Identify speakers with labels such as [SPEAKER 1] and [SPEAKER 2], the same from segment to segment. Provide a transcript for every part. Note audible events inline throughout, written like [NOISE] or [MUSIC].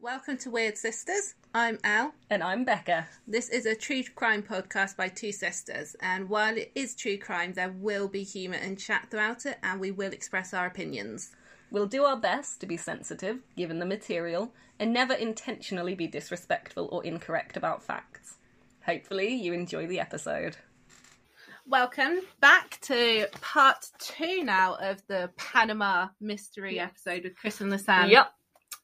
[SPEAKER 1] Welcome to Weird Sisters. I'm Al.
[SPEAKER 2] And I'm Becca.
[SPEAKER 1] This is a true crime podcast by two sisters, and while it is true crime, there will be humour and chat throughout it, and we will express our opinions.
[SPEAKER 2] We'll do our best to be sensitive, given the material, and never intentionally be disrespectful or incorrect about facts. Hopefully, you enjoy the episode.
[SPEAKER 1] Welcome back to part two now of the Panama mystery episode with Chris and Lisanne.
[SPEAKER 2] yep.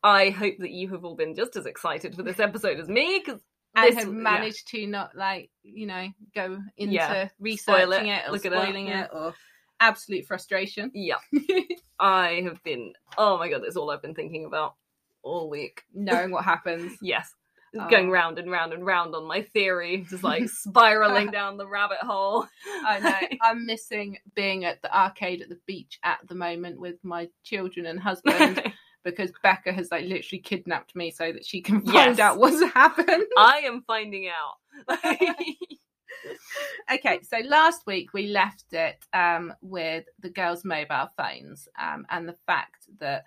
[SPEAKER 2] I hope that you have all been just as excited for this episode as me, because
[SPEAKER 1] I
[SPEAKER 2] This-
[SPEAKER 1] have managed to not like you know go into
[SPEAKER 2] Yeah.
[SPEAKER 1] researching
[SPEAKER 2] it,
[SPEAKER 1] it, or
[SPEAKER 2] look it up,
[SPEAKER 1] spoiling
[SPEAKER 2] yeah.
[SPEAKER 1] it or absolute frustration.
[SPEAKER 2] yeah,
[SPEAKER 1] [LAUGHS]
[SPEAKER 2] I have been. Oh my god, that's all I've been thinking about all week.
[SPEAKER 1] knowing what happens.
[SPEAKER 2] Yes. It's
[SPEAKER 1] Oh.
[SPEAKER 2] Going round and round and round on my theory, just
[SPEAKER 1] [LAUGHS]
[SPEAKER 2] like [LAUGHS] spiraling down the rabbit hole.
[SPEAKER 1] I know. I'm missing being at the arcade at the beach at the moment with my children and
[SPEAKER 2] [LAUGHS]
[SPEAKER 1] husband because Becca has like literally kidnapped me so that she can find
[SPEAKER 2] Yes.
[SPEAKER 1] out what's [LAUGHS] happened.
[SPEAKER 2] I am finding out. [LAUGHS]
[SPEAKER 1] Okay, so last week we left it um, with the girls' mobile phones um, and the fact that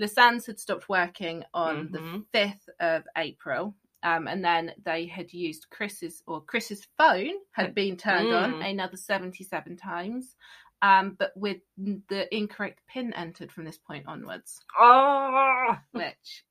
[SPEAKER 1] Lisanne's had stopped working on
[SPEAKER 2] Mhm.
[SPEAKER 1] the 5th of April. Um, and then they had used Chris's or Chris's phone had been turned on
[SPEAKER 2] Mm.
[SPEAKER 1] another 77 times, um, but with the incorrect pin entered from this point onwards,
[SPEAKER 2] [LAUGHS] oh,
[SPEAKER 1] which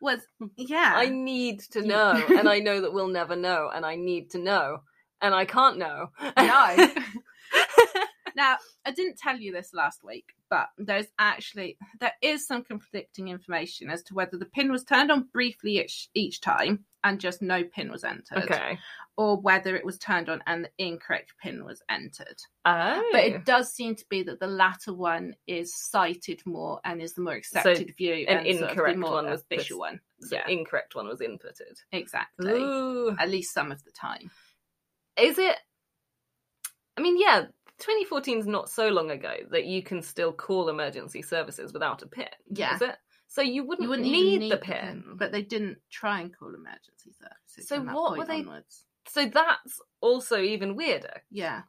[SPEAKER 1] was, yeah. [LAUGHS]
[SPEAKER 2] Hmm. I need to
[SPEAKER 1] You-
[SPEAKER 2] know, [LAUGHS] and I know that we'll never know, and I need to know, and I can't know.
[SPEAKER 1] No.
[SPEAKER 2] [LAUGHS]
[SPEAKER 1] [LAUGHS] now, I didn't tell you this last week, but there's actually there is some conflicting information as to whether the pin was turned on briefly each, each time and just no pin was entered,
[SPEAKER 2] okay.
[SPEAKER 1] or whether it was turned on and the incorrect pin was entered.
[SPEAKER 2] Oh.
[SPEAKER 1] But it does seem to be that the latter one is cited more and is the more accepted view,
[SPEAKER 2] an
[SPEAKER 1] and sort of
[SPEAKER 2] incorrect
[SPEAKER 1] the more
[SPEAKER 2] one was
[SPEAKER 1] official one.
[SPEAKER 2] the
[SPEAKER 1] Yeah,
[SPEAKER 2] incorrect one was inputted.
[SPEAKER 1] exactly.
[SPEAKER 2] Ooh.
[SPEAKER 1] At least some of the time.
[SPEAKER 2] Is it? I mean, yeah, 2014 is not so long ago that you can still call emergency services without a pin.
[SPEAKER 1] Yeah.
[SPEAKER 2] Is it? So you wouldn't,
[SPEAKER 1] you wouldn't even
[SPEAKER 2] need,
[SPEAKER 1] need
[SPEAKER 2] the pin.
[SPEAKER 1] but they didn't try and call emergency services.
[SPEAKER 2] So
[SPEAKER 1] from that
[SPEAKER 2] what
[SPEAKER 1] point
[SPEAKER 2] were they-
[SPEAKER 1] Onwards.
[SPEAKER 2] so that's also even weirder
[SPEAKER 1] Yeah,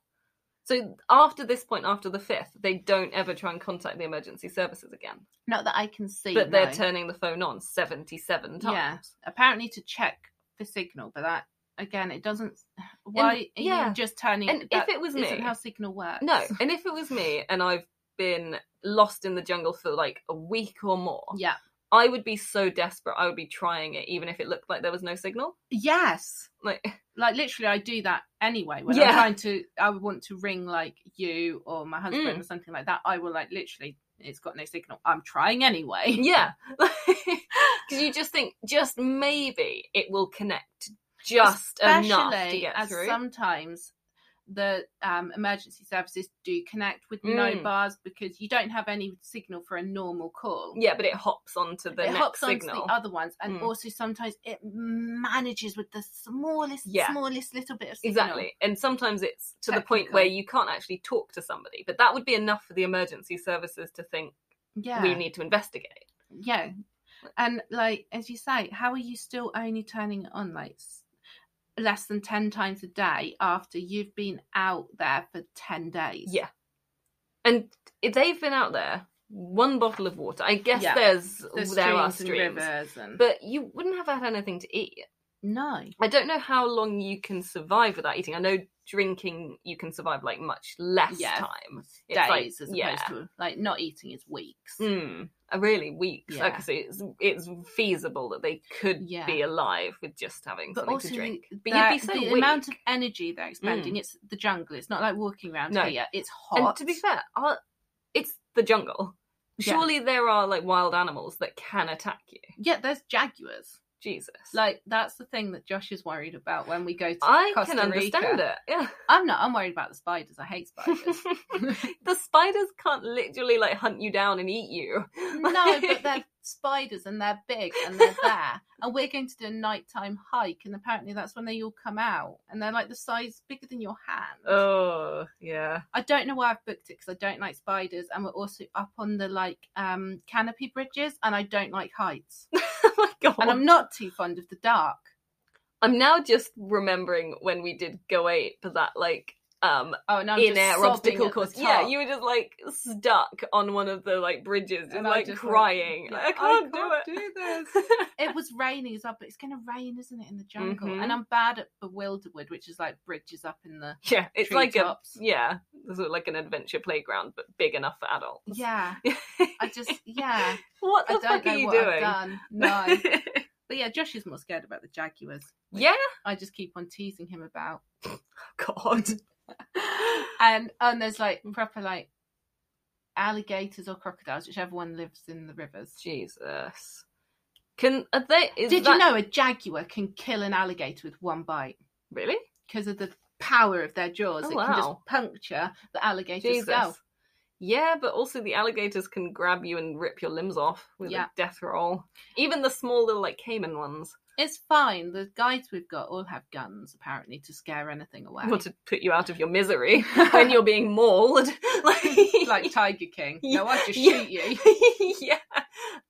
[SPEAKER 2] So after this point, after the fifth, they don't ever try and contact the emergency services again.
[SPEAKER 1] not that I can see.
[SPEAKER 2] But they're
[SPEAKER 1] no.
[SPEAKER 2] turning the phone on seventy-seven times.
[SPEAKER 1] Yeah. apparently to check for signal, but that again, it doesn't. Why are
[SPEAKER 2] yeah.
[SPEAKER 1] you just turning?
[SPEAKER 2] And
[SPEAKER 1] that
[SPEAKER 2] if it was me,
[SPEAKER 1] isn't how signal works.
[SPEAKER 2] no. And if it was me, and I've been lost in the jungle for like a week or more,
[SPEAKER 1] Yeah.
[SPEAKER 2] I would be so desperate. I would be trying it, even if it looked like there was no signal.
[SPEAKER 1] Yes.
[SPEAKER 2] Like, [LAUGHS]
[SPEAKER 1] Like literally, I do that anyway. When I'm
[SPEAKER 2] Yeah.
[SPEAKER 1] trying to, I want to ring like you or my husband
[SPEAKER 2] Mm.
[SPEAKER 1] or something like that. I will like literally, it's got no signal. I'm trying anyway.
[SPEAKER 2] yeah, [LAUGHS] because you just think just maybe it will connect just
[SPEAKER 1] [LAUGHS]
[SPEAKER 2] enough to
[SPEAKER 1] Especially
[SPEAKER 2] get
[SPEAKER 1] as
[SPEAKER 2] through.
[SPEAKER 1] sometimes the um, emergency services do connect with no
[SPEAKER 2] Mm.
[SPEAKER 1] bars because you don't have any signal for a normal call.
[SPEAKER 2] Yeah, but it hops onto the
[SPEAKER 1] it
[SPEAKER 2] next
[SPEAKER 1] hops onto
[SPEAKER 2] signal.
[SPEAKER 1] the other ones, and
[SPEAKER 2] Mm.
[SPEAKER 1] also sometimes it manages with the smallest,
[SPEAKER 2] Yeah.
[SPEAKER 1] smallest little bit of signal.
[SPEAKER 2] Exactly. And sometimes it's to the point where
[SPEAKER 1] Technical.
[SPEAKER 2] you can't actually talk to somebody, but that would be enough for the emergency services to think
[SPEAKER 1] Yeah,
[SPEAKER 2] we need to investigate.
[SPEAKER 1] yeah. And like as you say, how are you still only turning it on like s- less than ten times a day after you've been out there for ten days?
[SPEAKER 2] Yeah. And if they've been out there, one bottle of water. I guess
[SPEAKER 1] Yeah.
[SPEAKER 2] there's,
[SPEAKER 1] There's
[SPEAKER 2] there are
[SPEAKER 1] streams and
[SPEAKER 2] streams.
[SPEAKER 1] rivers and
[SPEAKER 2] But you wouldn't have had anything to eat.
[SPEAKER 1] no,
[SPEAKER 2] I don't know how long you can survive without eating. I know drinking you can survive like much less
[SPEAKER 1] Yeah.
[SPEAKER 2] time. It's
[SPEAKER 1] days
[SPEAKER 2] like-
[SPEAKER 1] as opposed
[SPEAKER 2] yeah.
[SPEAKER 1] to like not eating is weeks.
[SPEAKER 2] Mm, a really weak.
[SPEAKER 1] Yeah.
[SPEAKER 2] Like I say, it's, it's feasible that they could
[SPEAKER 1] Yeah.
[SPEAKER 2] be alive with just having
[SPEAKER 1] But
[SPEAKER 2] something
[SPEAKER 1] also,
[SPEAKER 2] to drink.
[SPEAKER 1] the,
[SPEAKER 2] But you'd be so
[SPEAKER 1] the
[SPEAKER 2] weak.
[SPEAKER 1] amount of energy they're expending. It's the jungle. It's not like walking around
[SPEAKER 2] No.
[SPEAKER 1] here. It's hot.
[SPEAKER 2] and to be fair, are, it's the jungle.
[SPEAKER 1] Yeah.
[SPEAKER 2] Surely there are like wild animals that can attack you.
[SPEAKER 1] Yeah, there's jaguars.
[SPEAKER 2] Jesus,
[SPEAKER 1] Like that's the thing that Josh is worried about when we go to
[SPEAKER 2] I
[SPEAKER 1] Costa
[SPEAKER 2] can understand
[SPEAKER 1] Rica.
[SPEAKER 2] it. Yeah,
[SPEAKER 1] I'm not. I'm worried about the spiders. I hate spiders.
[SPEAKER 2] [LAUGHS] the spiders can't literally like hunt you down and eat you.
[SPEAKER 1] no, but they're spiders and they're big and they're there. And we're going to do a nighttime hike, and apparently that's when they all come out, and they're like the size bigger than your hand.
[SPEAKER 2] [LAUGHS] oh yeah. [LAUGHS]
[SPEAKER 1] I don't know why I've booked it because I don't like spiders, and we're also up on the like um canopy bridges, and I don't like
[SPEAKER 2] [LAUGHS]
[SPEAKER 1] heights,
[SPEAKER 2] Oh my god.
[SPEAKER 1] and I'm not too fond of the dark.
[SPEAKER 2] I'm now just remembering when we did Go Ape that like um
[SPEAKER 1] Oh, no, I'm
[SPEAKER 2] in
[SPEAKER 1] just
[SPEAKER 2] air
[SPEAKER 1] sobbing
[SPEAKER 2] obstacle
[SPEAKER 1] at the
[SPEAKER 2] course.
[SPEAKER 1] top.
[SPEAKER 2] Yeah, you were just like stuck on one of the like bridges, just
[SPEAKER 1] And I
[SPEAKER 2] like
[SPEAKER 1] just went,
[SPEAKER 2] crying.
[SPEAKER 1] yeah,
[SPEAKER 2] I, can't do it.
[SPEAKER 1] do this.
[SPEAKER 2] [LAUGHS]
[SPEAKER 1] it was raining as well, but it's going to rain, isn't it, in the jungle?
[SPEAKER 2] Mhm.
[SPEAKER 1] And I'm bad at Bewilderwood, which is like bridges up in the
[SPEAKER 2] yeah, it's like a
[SPEAKER 1] treetops.
[SPEAKER 2] yeah, this is like an adventure playground, but big enough for adults.
[SPEAKER 1] yeah. I just yeah.
[SPEAKER 2] [LAUGHS] what the
[SPEAKER 1] I don't
[SPEAKER 2] fuck
[SPEAKER 1] know
[SPEAKER 2] are you
[SPEAKER 1] what I've
[SPEAKER 2] [LAUGHS] doing?
[SPEAKER 1] done. No, but yeah, Josh is more scared about the jaguars. which
[SPEAKER 2] yeah,
[SPEAKER 1] I just keep on teasing him about.
[SPEAKER 2] God.
[SPEAKER 1] And and there's like proper like alligators or crocodiles, whichever one lives in the rivers.
[SPEAKER 2] Jesus. Can are they? Is
[SPEAKER 1] Did
[SPEAKER 2] that-
[SPEAKER 1] you know a jaguar can kill an alligator with one bite
[SPEAKER 2] Really?
[SPEAKER 1] because of the power of their jaws?
[SPEAKER 2] Oh,
[SPEAKER 1] it can
[SPEAKER 2] wow.
[SPEAKER 1] just puncture the alligator's
[SPEAKER 2] Jesus.
[SPEAKER 1] skull.
[SPEAKER 2] Yeah, but also the alligators can grab you and rip your limbs off with
[SPEAKER 1] Yeah.
[SPEAKER 2] a death roll. Even the small little like caiman ones.
[SPEAKER 1] It's fine. The guides we've got all have guns apparently to scare anything away,
[SPEAKER 2] Want to put you out of
[SPEAKER 1] [LAUGHS]
[SPEAKER 2] your misery when you're being mauled. [LAUGHS] like,
[SPEAKER 1] like Tiger King. No, I just
[SPEAKER 2] Yeah.
[SPEAKER 1] shoot you.
[SPEAKER 2] [LAUGHS] yeah.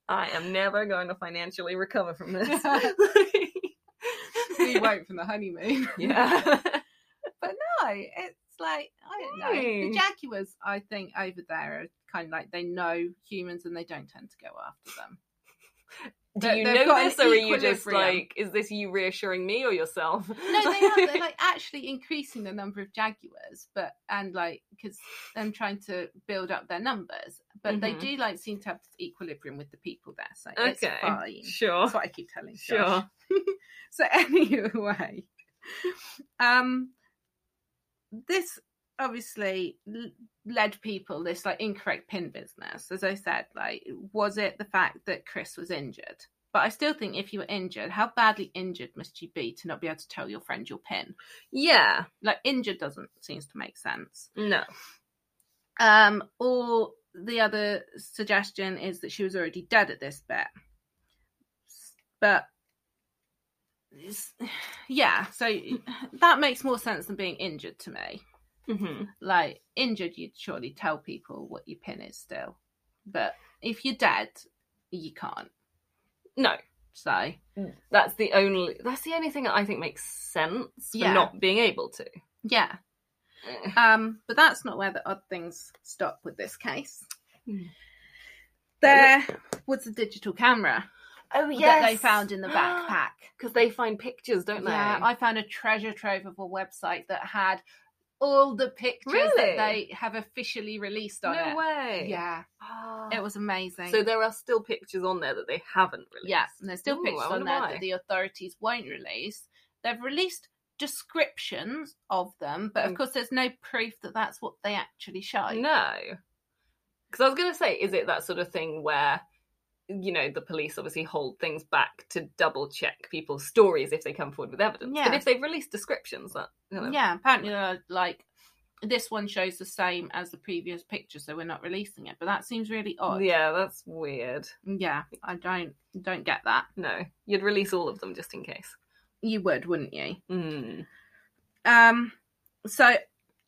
[SPEAKER 2] I am never going to financially recover
[SPEAKER 1] [LAUGHS]
[SPEAKER 2] from this. [LAUGHS]
[SPEAKER 1] We [LAUGHS] won't from the honeymoon.
[SPEAKER 2] [LAUGHS] yeah.
[SPEAKER 1] No, it's like I don't know.
[SPEAKER 2] Hmm.
[SPEAKER 1] The jaguars, I think, over there are kind of like they know humans and they don't tend to go after them.
[SPEAKER 2] Do
[SPEAKER 1] They-
[SPEAKER 2] you
[SPEAKER 1] they've
[SPEAKER 2] know
[SPEAKER 1] got an
[SPEAKER 2] this or are you just
[SPEAKER 1] equilibrium.
[SPEAKER 2] like is this you reassuring me or yourself?
[SPEAKER 1] No,
[SPEAKER 2] [LAUGHS]
[SPEAKER 1] they have. They're like actually increasing the number of jaguars, but and like because I'm trying to build up their numbers, but they
[SPEAKER 2] Mhm.
[SPEAKER 1] do like seem to have this equilibrium with the people there, so it's
[SPEAKER 2] Okay.
[SPEAKER 1] fine.
[SPEAKER 2] Sure.
[SPEAKER 1] That's what I keep telling. Josh.
[SPEAKER 2] Sure.
[SPEAKER 1] [LAUGHS] so anyway, um, this obviously l- led people this like incorrect pin business. As I said, like was it the fact that Chris was injured? But I still think if you were injured, how badly injured must you be to not be able to tell your friend your pin?
[SPEAKER 2] Yeah.
[SPEAKER 1] Like injured doesn't seems to make sense.
[SPEAKER 2] No.
[SPEAKER 1] Um, or the other suggestion is that she was already dead at this bit. But it's- [SIGHS] yeah, so that makes more sense than being injured to me.
[SPEAKER 2] Mm-hmm.
[SPEAKER 1] Like injured, you'd surely tell people what your pin is still, but if you're dead, you can't.
[SPEAKER 2] No.
[SPEAKER 1] So
[SPEAKER 2] That's the only that's the only thing that I think makes sense for
[SPEAKER 1] Yeah.
[SPEAKER 2] not being able to.
[SPEAKER 1] yeah, um, but that's not where the odd things stop with this case.
[SPEAKER 2] Hmm.
[SPEAKER 1] There was the digital camera.
[SPEAKER 2] Oh
[SPEAKER 1] that they found in the [GASPS] backpack.
[SPEAKER 2] because they find pictures, don't they?
[SPEAKER 1] yeah, I found a treasure trove of a website that had all the pictures
[SPEAKER 2] Really?
[SPEAKER 1] that they have officially released on
[SPEAKER 2] no
[SPEAKER 1] it.
[SPEAKER 2] way. [GASPS]
[SPEAKER 1] Yeah,
[SPEAKER 2] Oh.
[SPEAKER 1] it was amazing.
[SPEAKER 2] so there are still pictures on there that they haven't released.
[SPEAKER 1] yeah, and there's still
[SPEAKER 2] Ooh, I
[SPEAKER 1] pictures on
[SPEAKER 2] wonder
[SPEAKER 1] there
[SPEAKER 2] why.
[SPEAKER 1] that the authorities won't release. They've released descriptions of them, but of
[SPEAKER 2] Mm.
[SPEAKER 1] course, there's no proof that that's what they actually show.
[SPEAKER 2] No. Because I was going to say, is it that sort of thing where, you know, the police obviously hold things back to double check people's stories if they come forward with evidence?
[SPEAKER 1] Yeah.
[SPEAKER 2] But if they've released descriptions, that. you know,
[SPEAKER 1] Yeah, apparently, they're like this one shows the same as the previous picture, so we're not releasing it. But that seems really odd.
[SPEAKER 2] Yeah, that's weird.
[SPEAKER 1] yeah I don't don't get that.
[SPEAKER 2] No, you'd release all of them just in case.
[SPEAKER 1] you would, wouldn't you? Mm-hmm.
[SPEAKER 2] Mm.
[SPEAKER 1] Um, so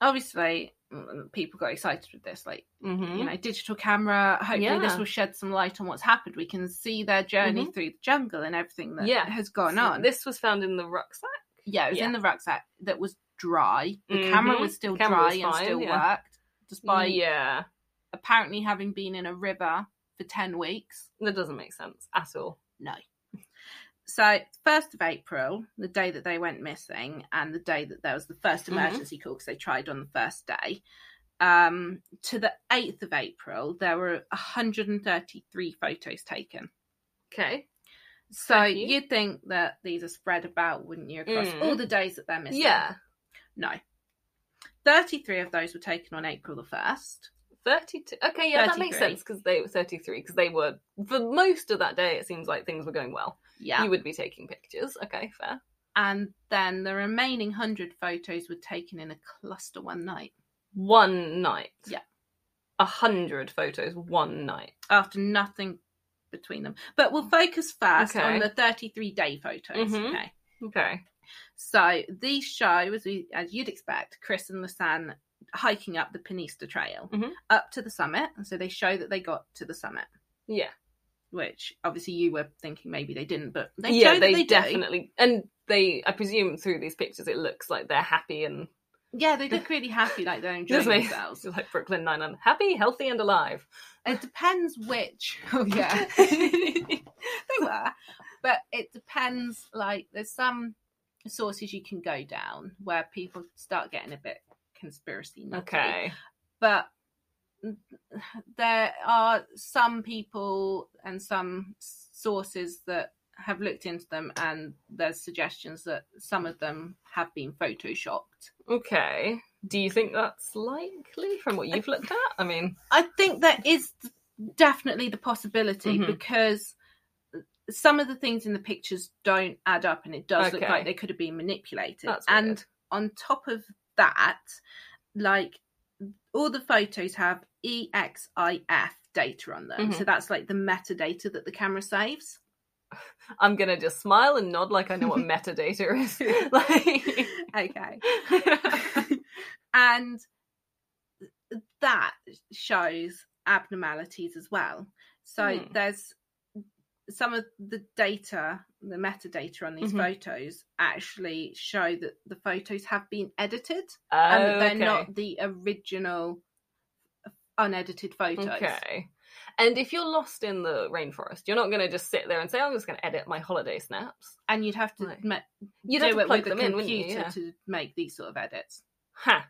[SPEAKER 1] obviously mm, people got excited with this, like
[SPEAKER 2] Mm-hmm.
[SPEAKER 1] you know, digital camera. Hopefully, this
[SPEAKER 2] Yeah. Mm-hmm.
[SPEAKER 1] will shed some light on what's happened. We can see their journey through the jungle and everything that
[SPEAKER 2] Yeah.
[SPEAKER 1] has gone on.
[SPEAKER 2] This was found in the rucksack.
[SPEAKER 1] yeah, it was
[SPEAKER 2] yeah.
[SPEAKER 1] in the rucksack that was dry. The
[SPEAKER 2] Mhm.
[SPEAKER 1] camera was still
[SPEAKER 2] Camera
[SPEAKER 1] dry
[SPEAKER 2] was
[SPEAKER 1] and
[SPEAKER 2] fine,
[SPEAKER 1] still
[SPEAKER 2] yeah. Mm.
[SPEAKER 1] worked, despite
[SPEAKER 2] yeah,
[SPEAKER 1] apparently having been in a river for ten weeks.
[SPEAKER 2] that doesn't make sense at all.
[SPEAKER 1] No. So, 1st of April, the day that they went missing, and the day that there was the first
[SPEAKER 2] Mhm.
[SPEAKER 1] emergency call because they tried on the first day, um, to the 8th of April, there were 133 photos taken.
[SPEAKER 2] Okay.
[SPEAKER 1] So,
[SPEAKER 2] Thank you.
[SPEAKER 1] you. would think that these are spread about, wouldn't you, across
[SPEAKER 2] Mm.
[SPEAKER 1] all the days that they're missing?
[SPEAKER 2] Yeah,
[SPEAKER 1] No. 33 of those were taken on April the 1st.
[SPEAKER 2] thirty-two. Okay, yeah, that makes
[SPEAKER 1] 33.
[SPEAKER 2] sense because they were thirty-three because they were for most of that day. It seems like things were going well.
[SPEAKER 1] Yeah.
[SPEAKER 2] You would be taking pictures. Okay, fair.
[SPEAKER 1] And then the remaining 100 photos were taken in a cluster one night.
[SPEAKER 2] One night.
[SPEAKER 1] Yeah.
[SPEAKER 2] A hundred photos. One night.
[SPEAKER 1] after nothing between them. But we'll focus first
[SPEAKER 2] Okay.
[SPEAKER 1] on the 33 day photos.
[SPEAKER 2] Mhm.
[SPEAKER 1] Okay.
[SPEAKER 2] Okay.
[SPEAKER 1] So these show, as, we, as you'd expect, Chris and the San hiking up the Pinista Trail
[SPEAKER 2] Mhm.
[SPEAKER 1] up to the summit. And so they show that they got to the summit,
[SPEAKER 2] Yeah.
[SPEAKER 1] which obviously you were thinking maybe they didn't, but they
[SPEAKER 2] yeah,
[SPEAKER 1] show
[SPEAKER 2] they,
[SPEAKER 1] that they do.
[SPEAKER 2] definitely and they. I presume through these pictures, it looks like they're happy and
[SPEAKER 1] Yeah, they look really happy, like
[SPEAKER 2] [LAUGHS]
[SPEAKER 1] they're enjoying
[SPEAKER 2] Doesn't it?
[SPEAKER 1] themselves.
[SPEAKER 2] It's like Brooklyn Nine Nine, happy, healthy, and alive.
[SPEAKER 1] It depends which. [LAUGHS] Oh yeah, they were, but it depends. Like there's some sources you can go down where people start getting a bit conspiracy nutty.
[SPEAKER 2] Okay.
[SPEAKER 1] but there are some people and some sources that have looked into them and there's suggestions that some of them have been photoshopped
[SPEAKER 2] Okay. Do you think that's likely from what you've looked at? I mean,
[SPEAKER 1] i think that is definitely the possibility
[SPEAKER 2] Mhm.
[SPEAKER 1] because some of the things in the pictures don't add up and it does look
[SPEAKER 2] Okay.
[SPEAKER 1] like they could have been manipulated
[SPEAKER 2] that's
[SPEAKER 1] and
[SPEAKER 2] weird.
[SPEAKER 1] on top of that, like all the photos have E EXIF data on them.
[SPEAKER 2] Mhm.
[SPEAKER 1] So that's like the metadata that the camera
[SPEAKER 2] [LAUGHS]
[SPEAKER 1] saves.
[SPEAKER 2] I'm gonna just smile and nod like I
[SPEAKER 1] [LAUGHS]
[SPEAKER 2] know what metadata is. [LAUGHS] like,
[SPEAKER 1] Okay. [LAUGHS] and that shows abnormalities as well. So
[SPEAKER 2] Hmm.
[SPEAKER 1] there's some of the data, the metadata on these
[SPEAKER 2] Mhm.
[SPEAKER 1] photos actually show that the photos have been edited. and that
[SPEAKER 2] okay.
[SPEAKER 1] they're not the original unedited photos.
[SPEAKER 2] Okay. And if you're lost in the rainforest, you're not gonna just sit there and say, "I'm just gonna edit my holiday snaps."
[SPEAKER 1] And you'd have to
[SPEAKER 2] Right.
[SPEAKER 1] ma-
[SPEAKER 2] You'd
[SPEAKER 1] do
[SPEAKER 2] have to
[SPEAKER 1] it
[SPEAKER 2] plug
[SPEAKER 1] with
[SPEAKER 2] them
[SPEAKER 1] a
[SPEAKER 2] in, wouldn't you?
[SPEAKER 1] computer
[SPEAKER 2] Yeah.
[SPEAKER 1] to make these sort of edits.
[SPEAKER 2] Huh.